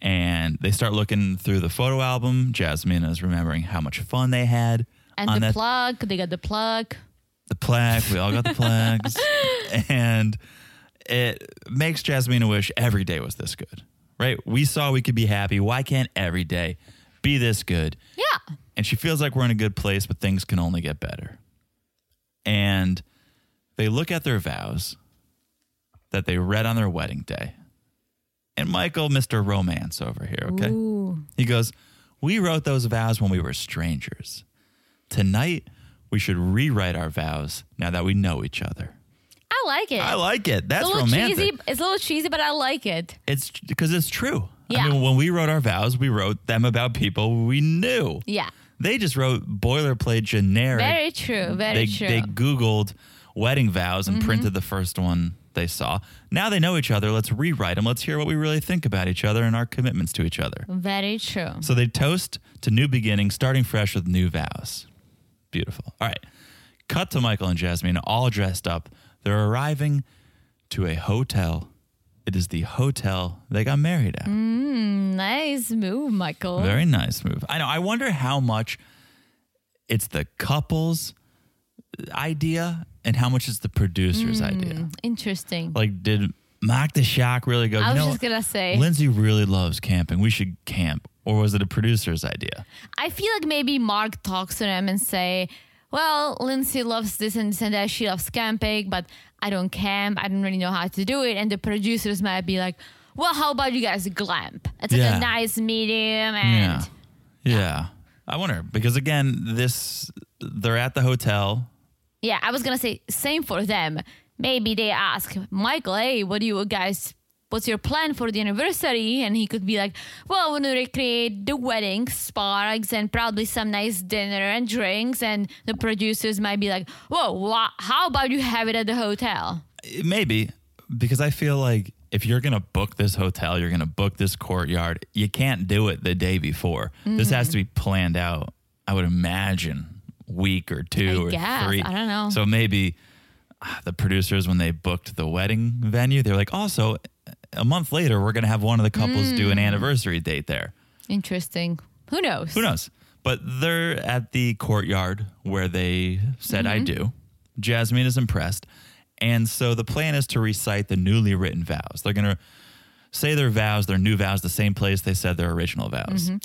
Speaker 6: And they start looking through the photo album. Jasmine is remembering how much fun they had
Speaker 7: And
Speaker 6: on
Speaker 7: the
Speaker 6: that
Speaker 7: plug, they got the plug.
Speaker 6: the plaque. We all got the plaques, and it makes Jasmine wish every day was this good, right? We saw we could be happy. Why can't every day be this good?
Speaker 7: Yeah.
Speaker 6: and she feels like we're in a good place, but things can only get better. And they look at their vows that they read on their wedding day. And Michael, Mr. Romance over here, okay? He goes, We wrote those vows when we were strangers. Tonight, we should rewrite our vows now that we know each other.
Speaker 7: I like it.
Speaker 6: I like it.
Speaker 7: it's
Speaker 6: That's
Speaker 7: a little
Speaker 6: romantic.
Speaker 7: cheesy. It's a little cheesy, but I like it.
Speaker 6: It's because it's true.
Speaker 7: Yeah.
Speaker 6: I mean, when we wrote our vows, we wrote them about people we knew.
Speaker 7: Yeah.
Speaker 6: They just wrote boilerplate generic
Speaker 7: Very true. Very
Speaker 6: they,
Speaker 7: true.
Speaker 6: they Googled wedding vows and printed the first one they saw. Now they know each other. Let's rewrite them. Let's hear what we really think about each other and our commitments to each other.
Speaker 7: Very true.
Speaker 6: So they toast to new beginnings, starting fresh with new vows. Beautiful. All right. Cut to Michael and Jasmine, all dressed up. They're arriving to a hotel. It is the hotel they got married at.
Speaker 7: Nice move, Michael.
Speaker 6: Very nice move. I know. I wonder how much it's the couple's idea and how much is the producer's
Speaker 7: Mm.
Speaker 6: idea?
Speaker 7: Interesting.
Speaker 6: Like, did Mock the Shock really go?
Speaker 7: I was
Speaker 6: "You know
Speaker 7: just
Speaker 6: what?
Speaker 7: gonna say.
Speaker 6: Lindsay really loves camping. We should camp, or was it a producer's idea?
Speaker 7: I feel like maybe Mark talks to them and say, "Well, Lindsay loves this and this and that. She loves camping, but I don't camp. I don't really know how to do it." And the producers might be like, "Well, how about you guys glamp? It's like
Speaker 6: Yeah.
Speaker 7: a nice medium." And
Speaker 6: yeah, yeah. I wonder because again, this they're at the hotel.
Speaker 7: yeah, I was gonna say same for them. Maybe they ask Michael, "Hey, what do you guys?" What's your plan for the anniversary? And he could be like, Well, I want to recreate the wedding, sparks, and probably some nice dinner and drinks. And the producers might be like, Whoa, wha- how about you have it at the hotel?
Speaker 6: Maybe because I feel like if you're going to book this hotel, you're going to book this courtyard, you can't do it the day before. This has to be
Speaker 7: Mm-hmm.
Speaker 6: planned out, I would imagine, week or two
Speaker 7: I
Speaker 6: or
Speaker 7: guess.
Speaker 6: three.
Speaker 7: I don't know.
Speaker 6: So maybe ah, the producers, when they booked the wedding venue, they're like, also, a month later, we're going to have one of the couples do
Speaker 7: Mm.
Speaker 6: an anniversary date there.
Speaker 7: Interesting. Who knows?
Speaker 6: Who knows? But they're at the courtyard where they said,
Speaker 7: Mm-hmm.
Speaker 6: I do. Jasmine is impressed. And so the plan is to recite the newly written vows. They're going to say their vows, their new vows, the same place they said their original vows.
Speaker 7: Mm-hmm.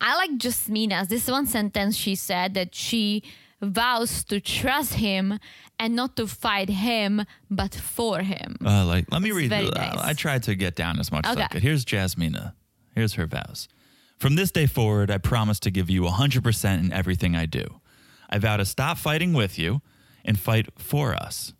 Speaker 7: I like Jasmina's. This one sentence she said that she vows to trust him and not to fight him, but for him.
Speaker 6: Uh, like, let me read.
Speaker 7: very
Speaker 6: I- I
Speaker 7: nice.
Speaker 6: tried to get down as much as I
Speaker 7: Okay.
Speaker 6: could. Here's Jasmina. Here's her vows. From this day forward, I promise to give you 100% in everything I do. I vow to stop fighting with you and fight for us.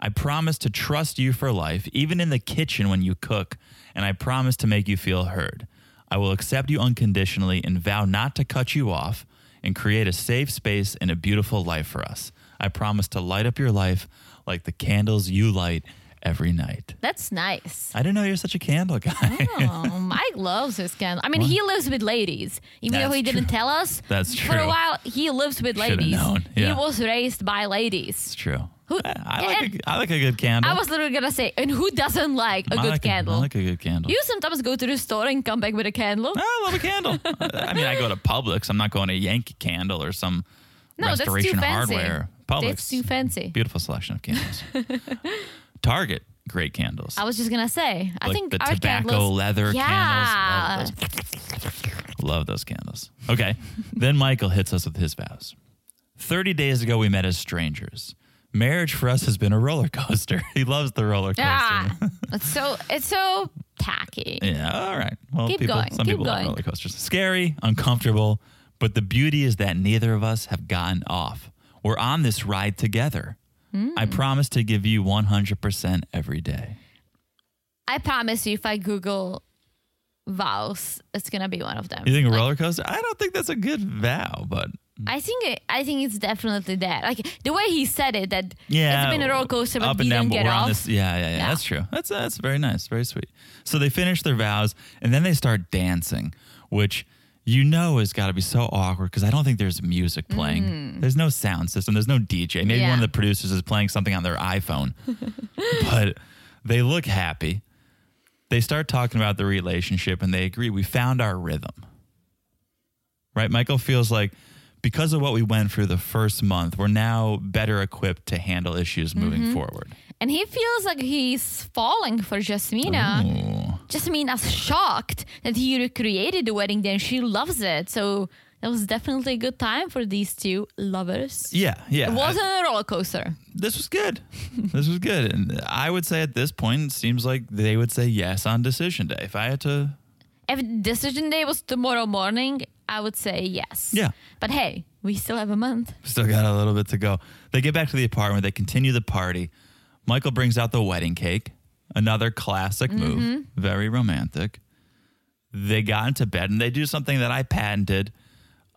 Speaker 6: I promise to trust you for life, even in the kitchen when you cook, and I promise to make you feel heard. I will accept you unconditionally and vow not to cut you off and create a safe space and a beautiful life for us. I promise to light up your life like the candles you light every night.
Speaker 7: That's nice.
Speaker 6: I didn't know you're such a candle guy.
Speaker 7: Oh, Mike loves his candle. I mean, he lives with ladies, even though
Speaker 6: That's
Speaker 7: he didn't
Speaker 6: true.
Speaker 7: tell us.
Speaker 6: That's
Speaker 7: For
Speaker 6: true.
Speaker 7: a while, he lives with
Speaker 6: Shoulda
Speaker 7: ladies.
Speaker 6: known, yeah.
Speaker 7: He was raised by ladies.
Speaker 6: it's true.
Speaker 7: Who-
Speaker 6: I, I like a, I like a good candle.
Speaker 7: I was literally gonna say, and who doesn't like a
Speaker 6: I
Speaker 7: good
Speaker 6: like
Speaker 7: candle?
Speaker 6: I like a good candle.
Speaker 7: you sometimes go to the store and come back with a candle.
Speaker 6: I love a candle. I mean, I go to Publix. I'm not going to Yankee Candle or some
Speaker 7: No, that's too
Speaker 6: Restoration
Speaker 7: fancy.
Speaker 6: Hardware. Oh, Publix.
Speaker 7: That's too fancy.
Speaker 6: Beautiful selection of candles. Target, great candles.
Speaker 7: I was just gonna say, I
Speaker 6: like
Speaker 7: think
Speaker 6: the
Speaker 7: our
Speaker 6: tobacco
Speaker 7: candles.
Speaker 6: leather
Speaker 7: Yeah.
Speaker 6: candles. Oh, Love those. Love those candles. Okay. then Michael hits us with his vows. 30 days ago, we met as strangers. Marriage for us has been a roller coaster. he loves the roller coaster.
Speaker 7: Yeah, it's so it's so tacky.
Speaker 6: Yeah, all right. Well,
Speaker 7: Keep
Speaker 6: people,
Speaker 7: going,
Speaker 6: some
Speaker 7: keep
Speaker 6: people love
Speaker 7: going.
Speaker 6: roller coasters. Scary, uncomfortable, but the beauty is that neither of us have gotten off. We're on this ride together.
Speaker 7: Hmm.
Speaker 6: I promise to give you 100% every day.
Speaker 7: I promise you, if I Google vows, it's gonna be one of them.
Speaker 6: You think a roller coaster? I don't think that's a good vow, but
Speaker 7: I think it, I think it's definitely that. Like the way he said it, that
Speaker 6: yeah,
Speaker 7: it's been a roller coaster, but
Speaker 6: up
Speaker 7: didn't
Speaker 6: and down. but
Speaker 7: get
Speaker 6: we're
Speaker 7: off.
Speaker 6: on this. Yeah, yeah, yeah,
Speaker 7: Yeah.
Speaker 6: That's true. That's that's very nice, very sweet. So they finish their vows and then they start dancing, which you know has got to be so awkward because I don't think there's music playing.
Speaker 7: Mm.
Speaker 6: There's no sound system. There's no DJ. Maybe
Speaker 7: Yeah.
Speaker 6: one of the producers is playing something on their iPhone, but they look happy. They start talking about the relationship and they agree we found our rhythm. Right? Michael feels like because of what we went through the first month, we're now better equipped to handle issues moving
Speaker 7: Mm-hmm.
Speaker 6: forward.
Speaker 7: and he feels like he's falling for Jasmina.
Speaker 6: Ooh.
Speaker 7: Jasmina's shocked that he recreated the wedding day, and she loves it. So that was definitely a good time for these two lovers.
Speaker 6: Yeah, yeah.
Speaker 7: It
Speaker 6: I-
Speaker 7: wasn't a roller coaster.
Speaker 6: this was good. this was good. And I would say at this point, it seems like they would say yes on decision day. If I had to,
Speaker 7: If decision day was tomorrow morning, I would say yes.
Speaker 6: Yeah.
Speaker 7: But hey, we still have a month.
Speaker 6: still got a little bit to go. They get back to the apartment, they continue the party. Michael brings out the wedding cake, another classic move, very romantic. They got into bed and they do something that I patented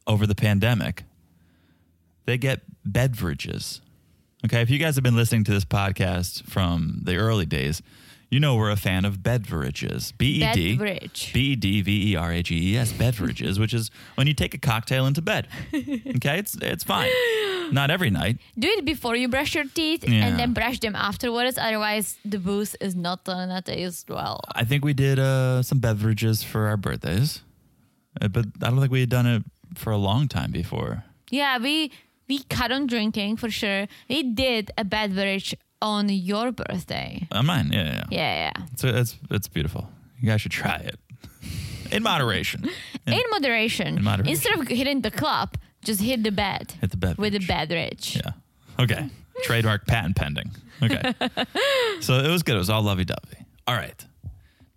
Speaker 6: over the pandemic. They get beverages. Okay, if you guys have been listening to this podcast from the early days, you know we're a fan of beverages. B E D
Speaker 7: Beverage.
Speaker 6: B E D V E R A G E S beverages, which is when you take a cocktail into bed. Okay, it's it's fine. Not every night.
Speaker 7: Do it before you brush your teeth
Speaker 6: Yeah.
Speaker 7: and then brush them afterwards. Otherwise, the booze is not gonna taste well.
Speaker 6: I think we did uh, some beverages for our birthdays, Uh, but I don't think we had done it for a long time before.
Speaker 7: Yeah, we we cut on drinking for sure. We did a bad beverage on your birthday.
Speaker 6: On Uh, mine, yeah, yeah. yeah.
Speaker 7: Yeah, yeah.
Speaker 6: So that's that's beautiful. You guys should try it in moderation.
Speaker 7: In moderation.
Speaker 6: In moderation.
Speaker 7: Instead of hitting the club, just hit the bed.
Speaker 6: Hit the beverage.
Speaker 7: With the beverage.
Speaker 6: Yeah. Okay. Trademark patent pending. Okay. so it was good. It was all lovey dovey. All right.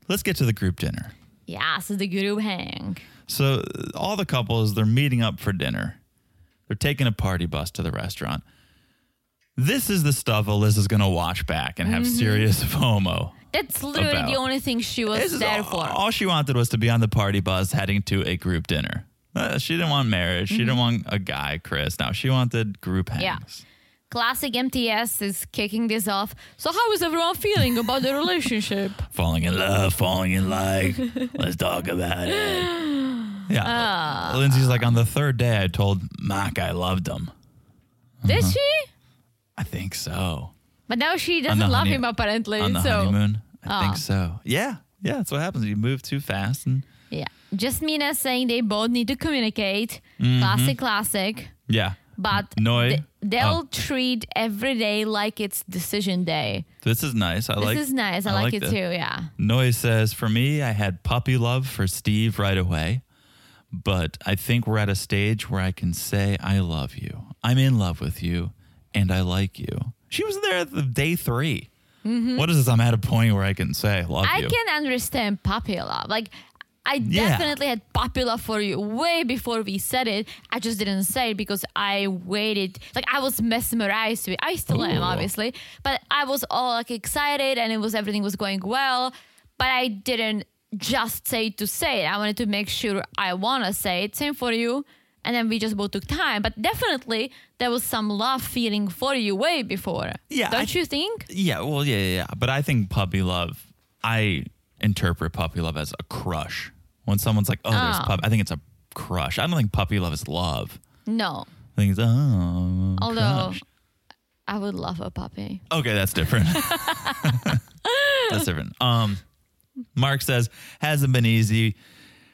Speaker 6: Let's get to the group dinner.
Speaker 7: Yeah, so the guru hang.
Speaker 6: So uh, all the couples, they're meeting up for dinner. They're taking a party bus to the restaurant. This is the stuff Alyssa's gonna watch back and
Speaker 7: Mm-hmm.
Speaker 6: have serious FOMO.
Speaker 7: That's literally
Speaker 6: About-
Speaker 7: the only thing she was
Speaker 6: This is
Speaker 7: there
Speaker 6: all,
Speaker 7: for.
Speaker 6: all she wanted was to be on the party bus heading to a group dinner. Uh, she didn't want marriage. She didn't want a guy, Chris. Now she wanted group hangs.
Speaker 7: Mm-hmm. Yeah. Classic MTS is kicking this off. So how is everyone feeling about the relationship?
Speaker 6: falling in love, falling in like. Let's talk about it.
Speaker 7: Ah.
Speaker 6: Yeah. Lindsay's like, on the third day, I told Mac I loved him.
Speaker 7: Did she?
Speaker 6: I think so.
Speaker 7: But now she doesn't
Speaker 6: the
Speaker 7: love
Speaker 6: honey-
Speaker 7: him apparently.
Speaker 6: On the
Speaker 7: so oh.
Speaker 6: honeymoon? I think so. Yeah. Yeah. That's what happens. You move too fast. And
Speaker 7: yeah, Jasmina saying they both need to communicate. Classic, classic.
Speaker 6: yeah.
Speaker 7: But
Speaker 6: Mm-hmm. Noi.
Speaker 7: th- they'll
Speaker 6: Oh.
Speaker 7: treat every day like it's decision day.
Speaker 6: This is nice. I
Speaker 7: This
Speaker 6: like
Speaker 7: is nice. I, like, it
Speaker 6: this.
Speaker 7: too. Yeah.
Speaker 6: Noy says, For me, I had puppy love for Steve right away, but I think we're at a stage where I can say, I love you. I'm in love with you and I like you. She was there at the day 3 What is this? I'm at a point where I can say, I love
Speaker 7: Mm-hmm. I
Speaker 6: you.
Speaker 7: can understand puppy love. Like, I
Speaker 6: Yeah.
Speaker 7: definitely had puppy love for you way before we said it. I just didn't say it because I waited. Like, I was mesmerized with I still am,
Speaker 6: Ooh.
Speaker 7: obviously. But I was all like excited and it was everything was going well. But I didn't just say it to say it. I wanted to make sure I want to say it. Same for you. And then we just both took time. But definitely, there was some love feeling for you way before.
Speaker 6: Yeah, I-
Speaker 7: Don't you think?
Speaker 6: yeah, well, yeah, yeah, yeah. But I think puppy love, I interpret puppy love as a crush. When someone's like, oh, there's
Speaker 7: Oh.
Speaker 6: puppy, I think it's a crush. I don't think puppy love is love.
Speaker 7: No.
Speaker 6: I think it's, oh,
Speaker 7: Although
Speaker 6: crush.
Speaker 7: I would love a puppy.
Speaker 6: Okay, that's different. that's different. Um, Mark says hasn't been easy.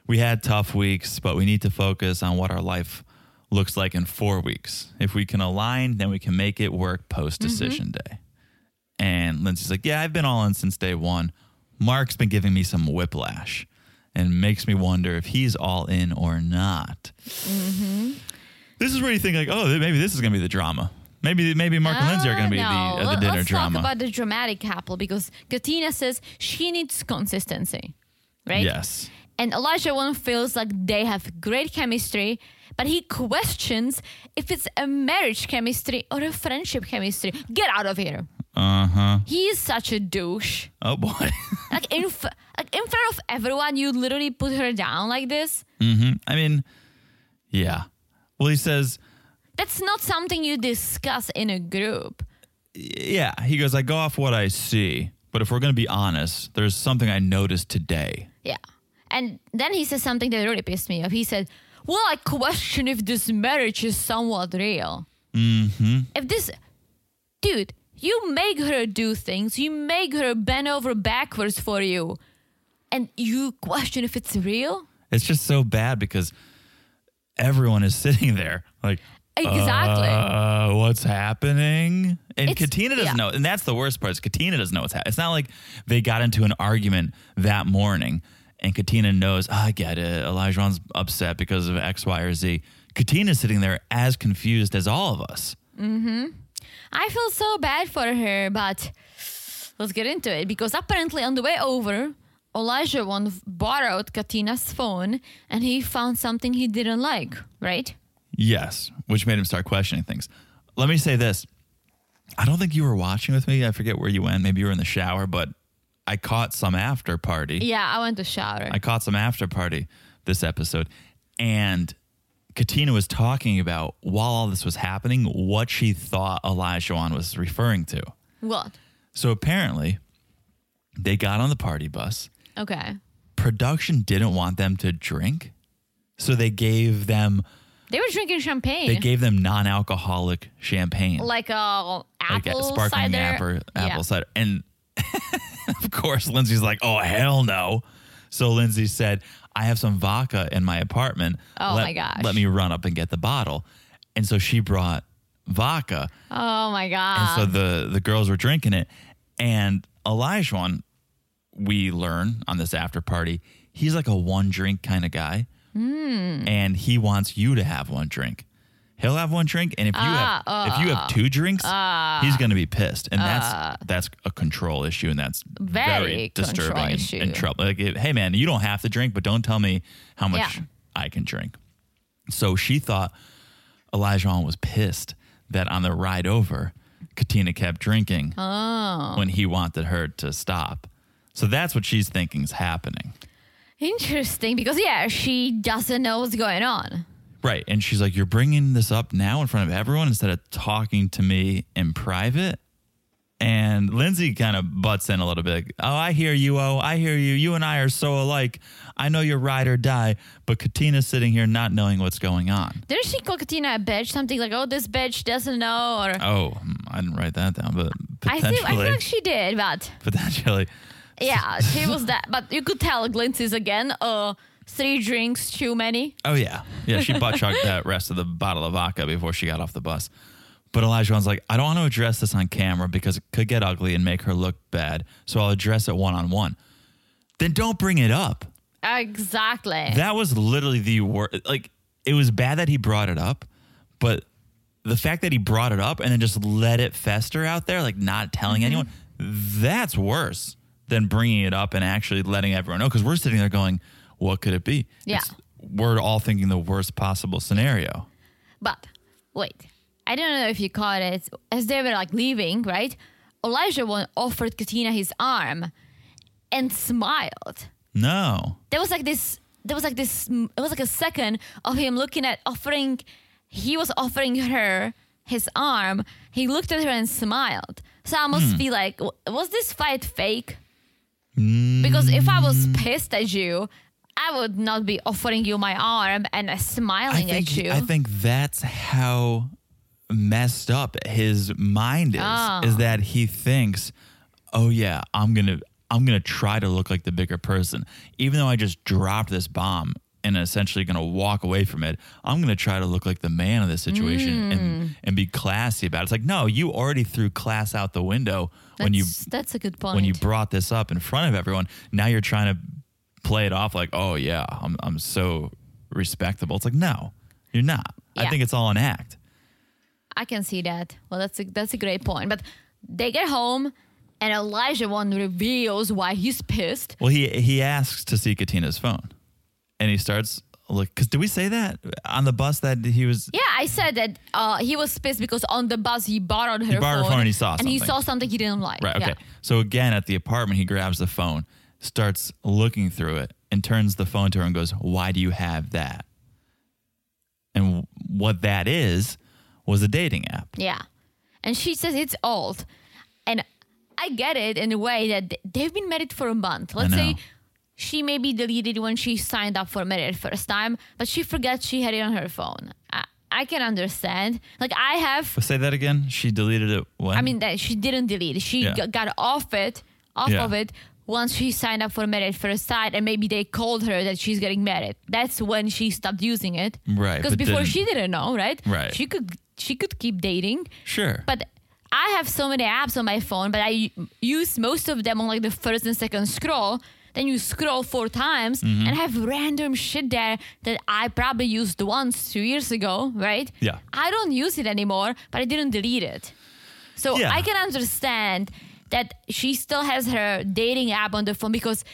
Speaker 6: We had tough weeks, but we need to focus on what our life looks like in four weeks. If we can align, then we can make it work post decision
Speaker 7: Mm-hmm.
Speaker 6: day. And Lindsay's like, "Yeah, I've been all in since day one." Mark's been giving me some whiplash, and makes me wonder if he's all in or not.
Speaker 7: Mm-hmm.
Speaker 6: This is where you think like, "Oh, maybe this is gonna be the drama." Maybe maybe Mark and Lindsay are gonna be
Speaker 7: Ah,
Speaker 6: the,
Speaker 7: no.
Speaker 6: uh, the
Speaker 7: Let-
Speaker 6: dinner
Speaker 7: Let's
Speaker 6: drama.
Speaker 7: talk about the dramatic couple because Katina says she needs consistency, right?
Speaker 6: Yes.
Speaker 7: And Elijah one feels like they have great chemistry, but he questions if it's a marriage chemistry or a friendship chemistry. Get out of here.
Speaker 6: Uh huh.
Speaker 7: He is such a douche.
Speaker 6: Oh boy.
Speaker 7: Like in, f- like in front of everyone, you literally put her down like this.
Speaker 6: I mean, yeah. Well, he says,
Speaker 7: That's not something you discuss in a group.
Speaker 6: yeah. He goes, I go off what I see, but if we're gonna be honest, there's something I noticed today.
Speaker 7: Yeah. And then he says something that really pissed me off. He said, Well, I question if this marriage is somewhat real. Mm-hmm. If this, dude, you make her do things, you make her bend over backwards for you, and you question if it's real?
Speaker 6: It's just so bad because everyone is sitting there like.
Speaker 7: Exactly.
Speaker 6: Uh, what's happening? And
Speaker 7: It's-
Speaker 6: Katina doesn't
Speaker 7: yeah.
Speaker 6: know. And that's the worst part is Katina doesn't know what's happening. It's not like they got into an argument that morning and Katina knows, "Oh, I get it. Elijah's upset because of X, Y, or Z. Katina's sitting there as confused as all of us.
Speaker 7: I feel so bad for her, but let's get into it because apparently on the way over, Elijah one borrowed Katina's phone and he found something he didn't like, right?
Speaker 6: Yes, which made him start questioning things. Let me say this. I don't think you were watching with me. I forget where you went. Maybe you were in the shower, but I caught some after party.
Speaker 7: Yeah, I went to shower.
Speaker 6: I caught some after party this episode. And Katina was talking about while all this was happening what she thought Elijah was referring to.
Speaker 7: What?
Speaker 6: So apparently, they got on the party bus.
Speaker 7: Okay.
Speaker 6: Production didn't want them to drink. So they gave them
Speaker 7: They were drinking champagne.
Speaker 6: they gave them non-alcoholic champagne.
Speaker 7: like a
Speaker 6: like a
Speaker 7: apple
Speaker 6: sparkling
Speaker 7: cider.
Speaker 6: apple,
Speaker 7: Yeah.
Speaker 6: apple cider. And of course, Lindsay's like, oh, hell no. So Lindsay said, I have some vodka in my apartment.
Speaker 7: Oh
Speaker 6: let,
Speaker 7: my gosh.
Speaker 6: Let me run up and get the bottle. And so she brought vodka.
Speaker 7: Oh my
Speaker 6: And
Speaker 7: god.
Speaker 6: so the the girls were drinking it, and Elijah, we learn on this after party, he's like a one drink kind of guy,
Speaker 7: Hmm.
Speaker 6: and he wants you to have one drink. He'll have one drink, and if you have
Speaker 7: Ah,
Speaker 6: if you have two drinks, he's going to be pissed, and that's that's a control issue, and that's very,
Speaker 7: Ah. Very control
Speaker 6: disturbing and,
Speaker 7: issue.
Speaker 6: and trouble. Like, if- hey man, you don't have to drink, but don't tell me how much
Speaker 7: Yeah.
Speaker 6: I can drink. So she thought Elijah was pissed that on the ride over, Katina kept drinking when he wanted her to stop. So that's what she's thinking is happening.
Speaker 7: Interesting because yeah, she doesn't know what's going on.
Speaker 6: Right. And she's like, You're bringing this up now in front of everyone instead of talking to me in private. And Lindsay kind of butts in a little bit. Oh, I hear you. Oh, I hear you. You and I are so alike. I know you're ride or die, but Katina's sitting here not knowing what's going on.
Speaker 7: Didn't she call Katina a bitch? Something like, "Oh, this bitch doesn't know," or
Speaker 6: Oh, I didn't write that down, but
Speaker 7: I think I feel
Speaker 6: potentially,
Speaker 7: like she did, but
Speaker 6: potentially,
Speaker 7: yeah, she was that. But you could tell Glinty's again. Uh, three drinks too many.
Speaker 6: Oh yeah, yeah. She butt chugged that rest of the bottle of vodka before she got off the bus. But Elijah was like, I don't want to address this on camera because it could get ugly and make her look bad. So I'll address it one on one. Then don't bring it up.
Speaker 7: Exactly.
Speaker 6: That was literally the worst. Like it was bad that he brought it up, but the fact that he brought it up and then just let it fester out there, like not telling anyone, that's worse than bringing it up and actually letting everyone know. Because we're sitting there going, "What could it be?"
Speaker 7: Yeah.
Speaker 6: we're all thinking the worst possible scenario.
Speaker 7: But wait, I don't know if you caught it. As they were like leaving, right? Elijah one offered Katina his arm and smiled.
Speaker 6: No,
Speaker 7: There was like this. There was like this. It was like a second of him looking at offering. He was offering her his arm. He looked at her and smiled. So I almost
Speaker 6: Hmm.
Speaker 7: feel like w- was this fight fake?
Speaker 6: Mm.
Speaker 7: Because if I was pissed at you, I would not be offering you my arm and uh,
Speaker 6: I
Speaker 7: smiling
Speaker 6: think
Speaker 7: at you.
Speaker 6: I think that's how messed up his mind is.
Speaker 7: Ah.
Speaker 6: Is that he thinks, oh yeah, I'm gonna I'm gonna try to look like the bigger person, even though I just dropped this bomb and essentially gonna walk away from it. I'm gonna try to look like the man of this situation
Speaker 7: Mm.
Speaker 6: and and be classy about it. It's like no, you already threw class out the window when you
Speaker 7: That's- that's a good point.
Speaker 6: when you brought this up in front of everyone, now you're trying to play it off like, oh yeah, I'm I'm so respectable. It's like, no, you're not. I
Speaker 7: Yeah.
Speaker 6: think it's all an act.
Speaker 7: I can see that. Well, that's a, that's a great point. But they get home, and Elijah one reveals why he's pissed.
Speaker 6: Well, he he asks to see Katina's phone, and he starts look. Because did we say that on the bus that he was?
Speaker 7: Yeah, I said that uh, he was pissed because on the bus he borrowed her.
Speaker 6: borrowed her phone
Speaker 7: phone,
Speaker 6: and he saw
Speaker 7: And he
Speaker 6: something.
Speaker 7: saw something he didn't like.
Speaker 6: Right. Okay.
Speaker 7: Yeah.
Speaker 6: So again, at the apartment, he grabs the phone, starts looking through it, and turns the phone to her and goes, "Why do you have that?" And what that is was a dating app.
Speaker 7: Yeah. And she says it's old. And I get it in a way that th- they've been married for a month. Let's
Speaker 6: know.
Speaker 7: say she maybe deleted when she signed up for marriage first time, but she forgot she had it on her phone. I, I can understand. Like I have,
Speaker 6: But say that again. She deleted it. When?
Speaker 7: I mean, that she didn't delete. She
Speaker 6: Yeah.
Speaker 7: g- got off it, off
Speaker 6: Yeah.
Speaker 7: of it once she signed up for marriage first sight, and maybe they called her that she's getting married. That's when she stopped using it.
Speaker 6: Right,
Speaker 7: Because
Speaker 6: but
Speaker 7: before
Speaker 6: didn't-
Speaker 7: she didn't know, right?
Speaker 6: Right.
Speaker 7: She could she could keep dating.
Speaker 6: sure.
Speaker 7: But I have so many apps on my phone, but I u- use most of them on like the first and second scroll. Then you scroll four times
Speaker 6: Mm-hmm.
Speaker 7: and have random shit there that I probably used once two years ago, right?
Speaker 6: Yeah.
Speaker 7: I don't use it anymore, but I didn't delete it. So
Speaker 6: Yeah.
Speaker 7: I can understand that she still has her dating app on the phone because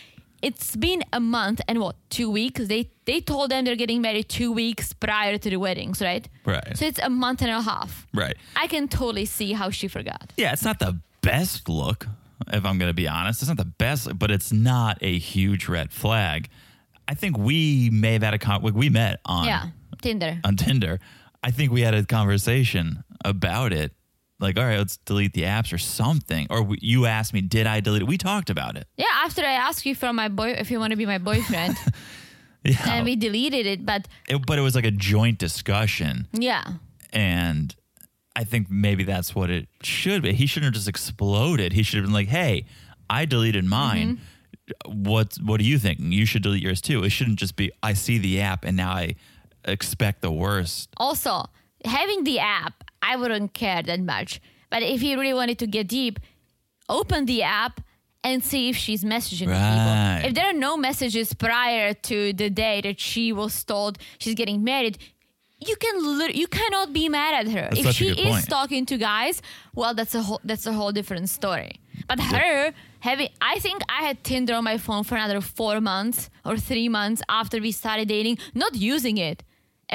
Speaker 7: it's been a month and what, two weeks? They they told them they're getting married two weeks prior to the weddings, right?
Speaker 6: Right.
Speaker 7: So it's a month and a half.
Speaker 6: right.
Speaker 7: I can totally see how she forgot.
Speaker 6: Yeah, it's not the best look, if I'm going to be honest. It's not the best, but it's not a huge red flag. I think we may have had a con- we- we met on
Speaker 7: yeah, Tinder.
Speaker 6: on Tinder. I think we had a conversation about it. Like, all right, let's delete the apps or something. Or we, you asked me, did I delete it? We talked about it.
Speaker 7: yeah, after I asked you for my boy, if you want to be my boyfriend,
Speaker 6: Yeah.
Speaker 7: and we deleted it. But
Speaker 6: It- but it was like a joint discussion.
Speaker 7: yeah,
Speaker 6: and I think maybe that's what it should be. He shouldn't have just exploded. He should have been like, "Hey, I deleted mine. What What are you thinking? You should delete yours too." It shouldn't just be, "I see the app and now I expect the worst."
Speaker 7: also having the app, I wouldn't care that much. But if he really wanted to get deep, open the app and see if she's messaging with
Speaker 6: Right.
Speaker 7: people. If there are no messages prior to the day that she was told she's getting married, you can lit- you cannot be mad at her.
Speaker 6: That's
Speaker 7: if
Speaker 6: such a
Speaker 7: she
Speaker 6: good
Speaker 7: is
Speaker 6: point.
Speaker 7: talking to guys, well, that's a whole that's a whole different story. But her having, I think I had Tinder on my phone for another four months or three months after we started dating, not using it.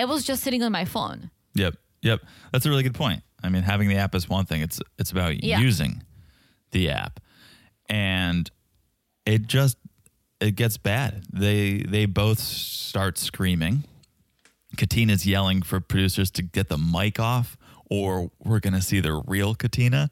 Speaker 7: It was just sitting on my phone.
Speaker 6: Yep. Yep. That's a really good point. I mean, having the app is one thing. It's it's about
Speaker 7: Yeah.
Speaker 6: using the app. And it just it gets bad. They they both start screaming. Katina's yelling for producers to get the mic off or we're going to see the real Katina,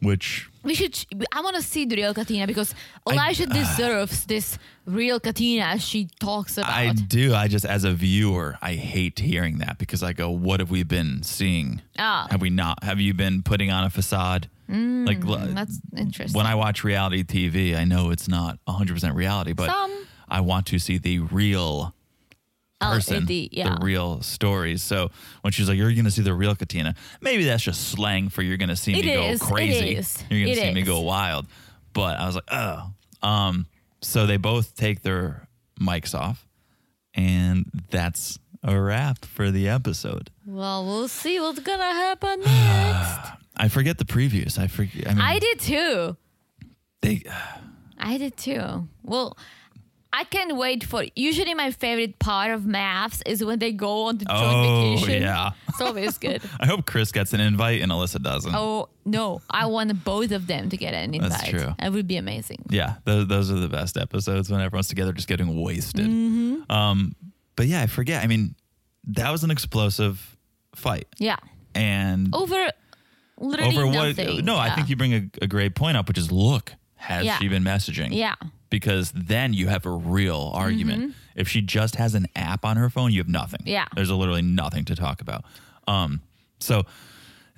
Speaker 6: which
Speaker 7: We should. ch- I want to see the real Katina because Elijah deserves this real Katina she talks about.
Speaker 6: I do. I just, as a viewer, I hate hearing that because I go, "What have we been seeing?
Speaker 7: Ah. Mm.
Speaker 6: Have we not? Have you been putting on a facade? like l-
Speaker 7: That's interesting.
Speaker 6: when I watch reality TV, I know it's not 100 percent reality, but
Speaker 7: Some.
Speaker 6: I want to see the real person,
Speaker 7: LAD, yeah.
Speaker 6: the real stories. So when she's like, "You're going to see the real Katina," maybe that's just slang for "You're going to see
Speaker 7: It
Speaker 6: me
Speaker 7: is, it
Speaker 6: go crazy."
Speaker 7: is,
Speaker 6: You're going
Speaker 7: it
Speaker 6: to see me
Speaker 7: is.
Speaker 6: go wild. But I was like, "Oh." Um, so they both take their mics off, and that's a wrap for the episode.
Speaker 7: well, we'll see what's gonna happen next.
Speaker 6: I forget the previews. I forget. I mean,
Speaker 7: I did too.
Speaker 6: they.
Speaker 7: I did too. Well, I can't wait for. Usually, my favorite part of maths is when they go on the joint
Speaker 6: Oh,
Speaker 7: vacation.
Speaker 6: yeah.
Speaker 7: it's always good.
Speaker 6: I hope Chris gets an invite and Alyssa doesn't.
Speaker 7: Oh no, I want both of them to get an invite.
Speaker 6: That's true.
Speaker 7: That would be amazing.
Speaker 6: Yeah, those, those are the best episodes when everyone's together just getting wasted. Um,
Speaker 7: Mm-hmm.
Speaker 6: but yeah, I forget. I mean, that was an explosive fight.
Speaker 7: Yeah,
Speaker 6: And
Speaker 7: over literally
Speaker 6: over what?
Speaker 7: nothing.
Speaker 6: No, I
Speaker 7: Yeah.
Speaker 6: think you bring a, a great point up, which is look, has
Speaker 7: Yeah.
Speaker 6: she been messaging?
Speaker 7: Yeah. Mm-hmm.
Speaker 6: Because then you have a real argument. If she just has an app on her phone, you have nothing.
Speaker 7: Yeah.
Speaker 6: There's literally nothing to talk about. Um, so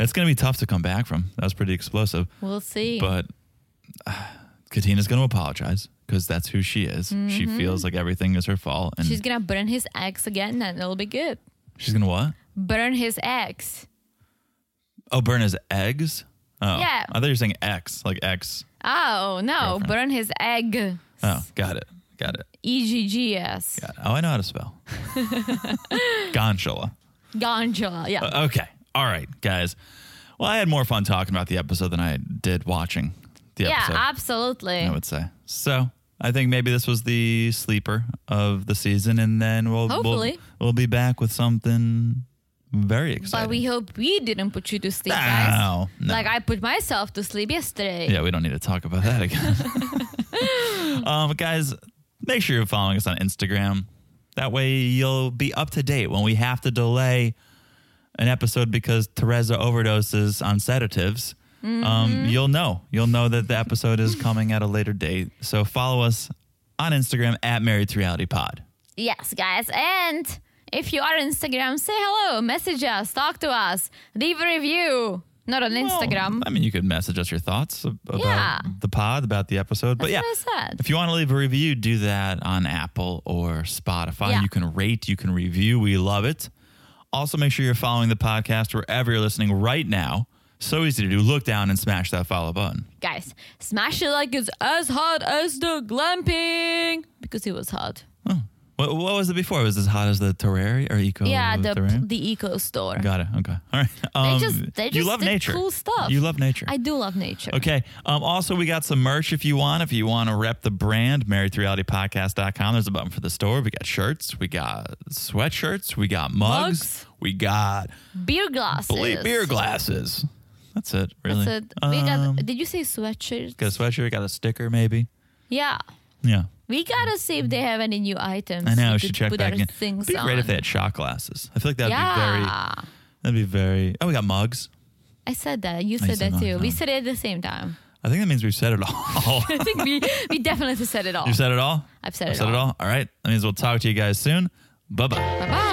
Speaker 6: it's going to be tough to come back from. That was pretty explosive.
Speaker 7: We'll see.
Speaker 6: But uh, Katina's going to apologize because that's who she is. She feels like everything is her fault, and
Speaker 7: Mm-hmm. She's
Speaker 6: she's,
Speaker 7: gonna burn his ex again, and it'll be good.
Speaker 6: gonna what?
Speaker 7: Burn his ex.
Speaker 6: Oh, burn his eggs. Oh,
Speaker 7: Yeah.
Speaker 6: I thought you were saying X, like X.
Speaker 7: Oh no,
Speaker 6: Girlfriend.
Speaker 7: burn his egg.
Speaker 6: Oh, got it, got it,
Speaker 7: E G G S.
Speaker 6: got it. Oh, I know how to spell. Gonchola.
Speaker 7: Ganja. Yeah.
Speaker 6: Okay, all right, guys. Well, I had more fun talking about the episode than I did watching the
Speaker 7: yeah,
Speaker 6: episode.
Speaker 7: absolutely.
Speaker 6: I would say. So I think maybe this was the sleeper of the season, and then we'll we'll-
Speaker 7: Hopefully.
Speaker 6: we'll, be back with something very exciting.
Speaker 7: But we hope we didn't put you to sleep,
Speaker 6: No,
Speaker 7: guys.
Speaker 6: no.
Speaker 7: Like I put myself to sleep yesterday.
Speaker 6: yeah, we don't need to talk about that again. um, guys, make sure you're following us on Instagram. That way you'll be up to date when we have to delay an episode because Teresa overdoses on sedatives.
Speaker 7: Mm-hmm.
Speaker 6: Um, you'll know. You'll know that the episode is coming at a later date. So follow us on Instagram at Married to Reality Pod.
Speaker 7: Yes, guys. And if you are on Instagram, say hello, message us, talk to us, leave a review. Not on Instagram.
Speaker 6: Well, I mean, you could message us your thoughts ab- about
Speaker 7: Yeah.
Speaker 6: the pod, about the episode. but yeah,
Speaker 7: That's what I said.
Speaker 6: if you want to leave a review, do that on Apple or Spotify.
Speaker 7: Yeah.
Speaker 6: You can rate, you can review. We love it. Also, make sure you're following the podcast wherever you're listening right now. So easy to do. Look down and smash that follow button.
Speaker 7: Guys, smash it like it's as hot as the glamping because it was hot.
Speaker 6: What, what was it before? It was as hot as the terrarium or eco?
Speaker 7: yeah, the
Speaker 6: terrarium?
Speaker 7: the eco store.
Speaker 6: Got it. Okay. All right. Um,
Speaker 7: just- they
Speaker 6: you
Speaker 7: just
Speaker 6: love
Speaker 7: did
Speaker 6: nature.
Speaker 7: cool stuff.
Speaker 6: You love nature.
Speaker 7: I do love nature.
Speaker 6: Okay. Um, also, we got some merch if you want. If you want to rep the brand, marriedtorealitypodcast.com. There's a button for the store. We got shirts. We got sweatshirts. We got mugs.
Speaker 7: Mugs.
Speaker 6: We got
Speaker 7: Beer glasses.
Speaker 6: ble- beer glasses. That's it, really.
Speaker 7: That's it. We
Speaker 6: Um,
Speaker 7: got. Did you say sweatshirts?
Speaker 6: got a sweatshirt. Got a sticker, maybe.
Speaker 7: Yeah.
Speaker 6: Yeah.
Speaker 7: We gotta see if they have any new items.
Speaker 6: I know.
Speaker 7: we
Speaker 6: We
Speaker 7: could
Speaker 6: should check
Speaker 7: put
Speaker 6: back
Speaker 7: our
Speaker 6: in.
Speaker 7: Things
Speaker 6: be great if
Speaker 7: on.
Speaker 6: they had shot glasses. I feel like that would be very.
Speaker 7: yeah.
Speaker 6: That'd be very. Oh, we got mugs.
Speaker 7: I said that. You said,
Speaker 6: said
Speaker 7: that
Speaker 6: mine,
Speaker 7: too. We
Speaker 6: huh?
Speaker 7: said it at the same time.
Speaker 6: I think that means we've said it all.
Speaker 7: I think we, we definitely said it all.
Speaker 6: You've said it all?
Speaker 7: I've said it
Speaker 6: I've said it all. All right. That means we'll talk to you guys soon. Bye bye.
Speaker 7: Bye bye.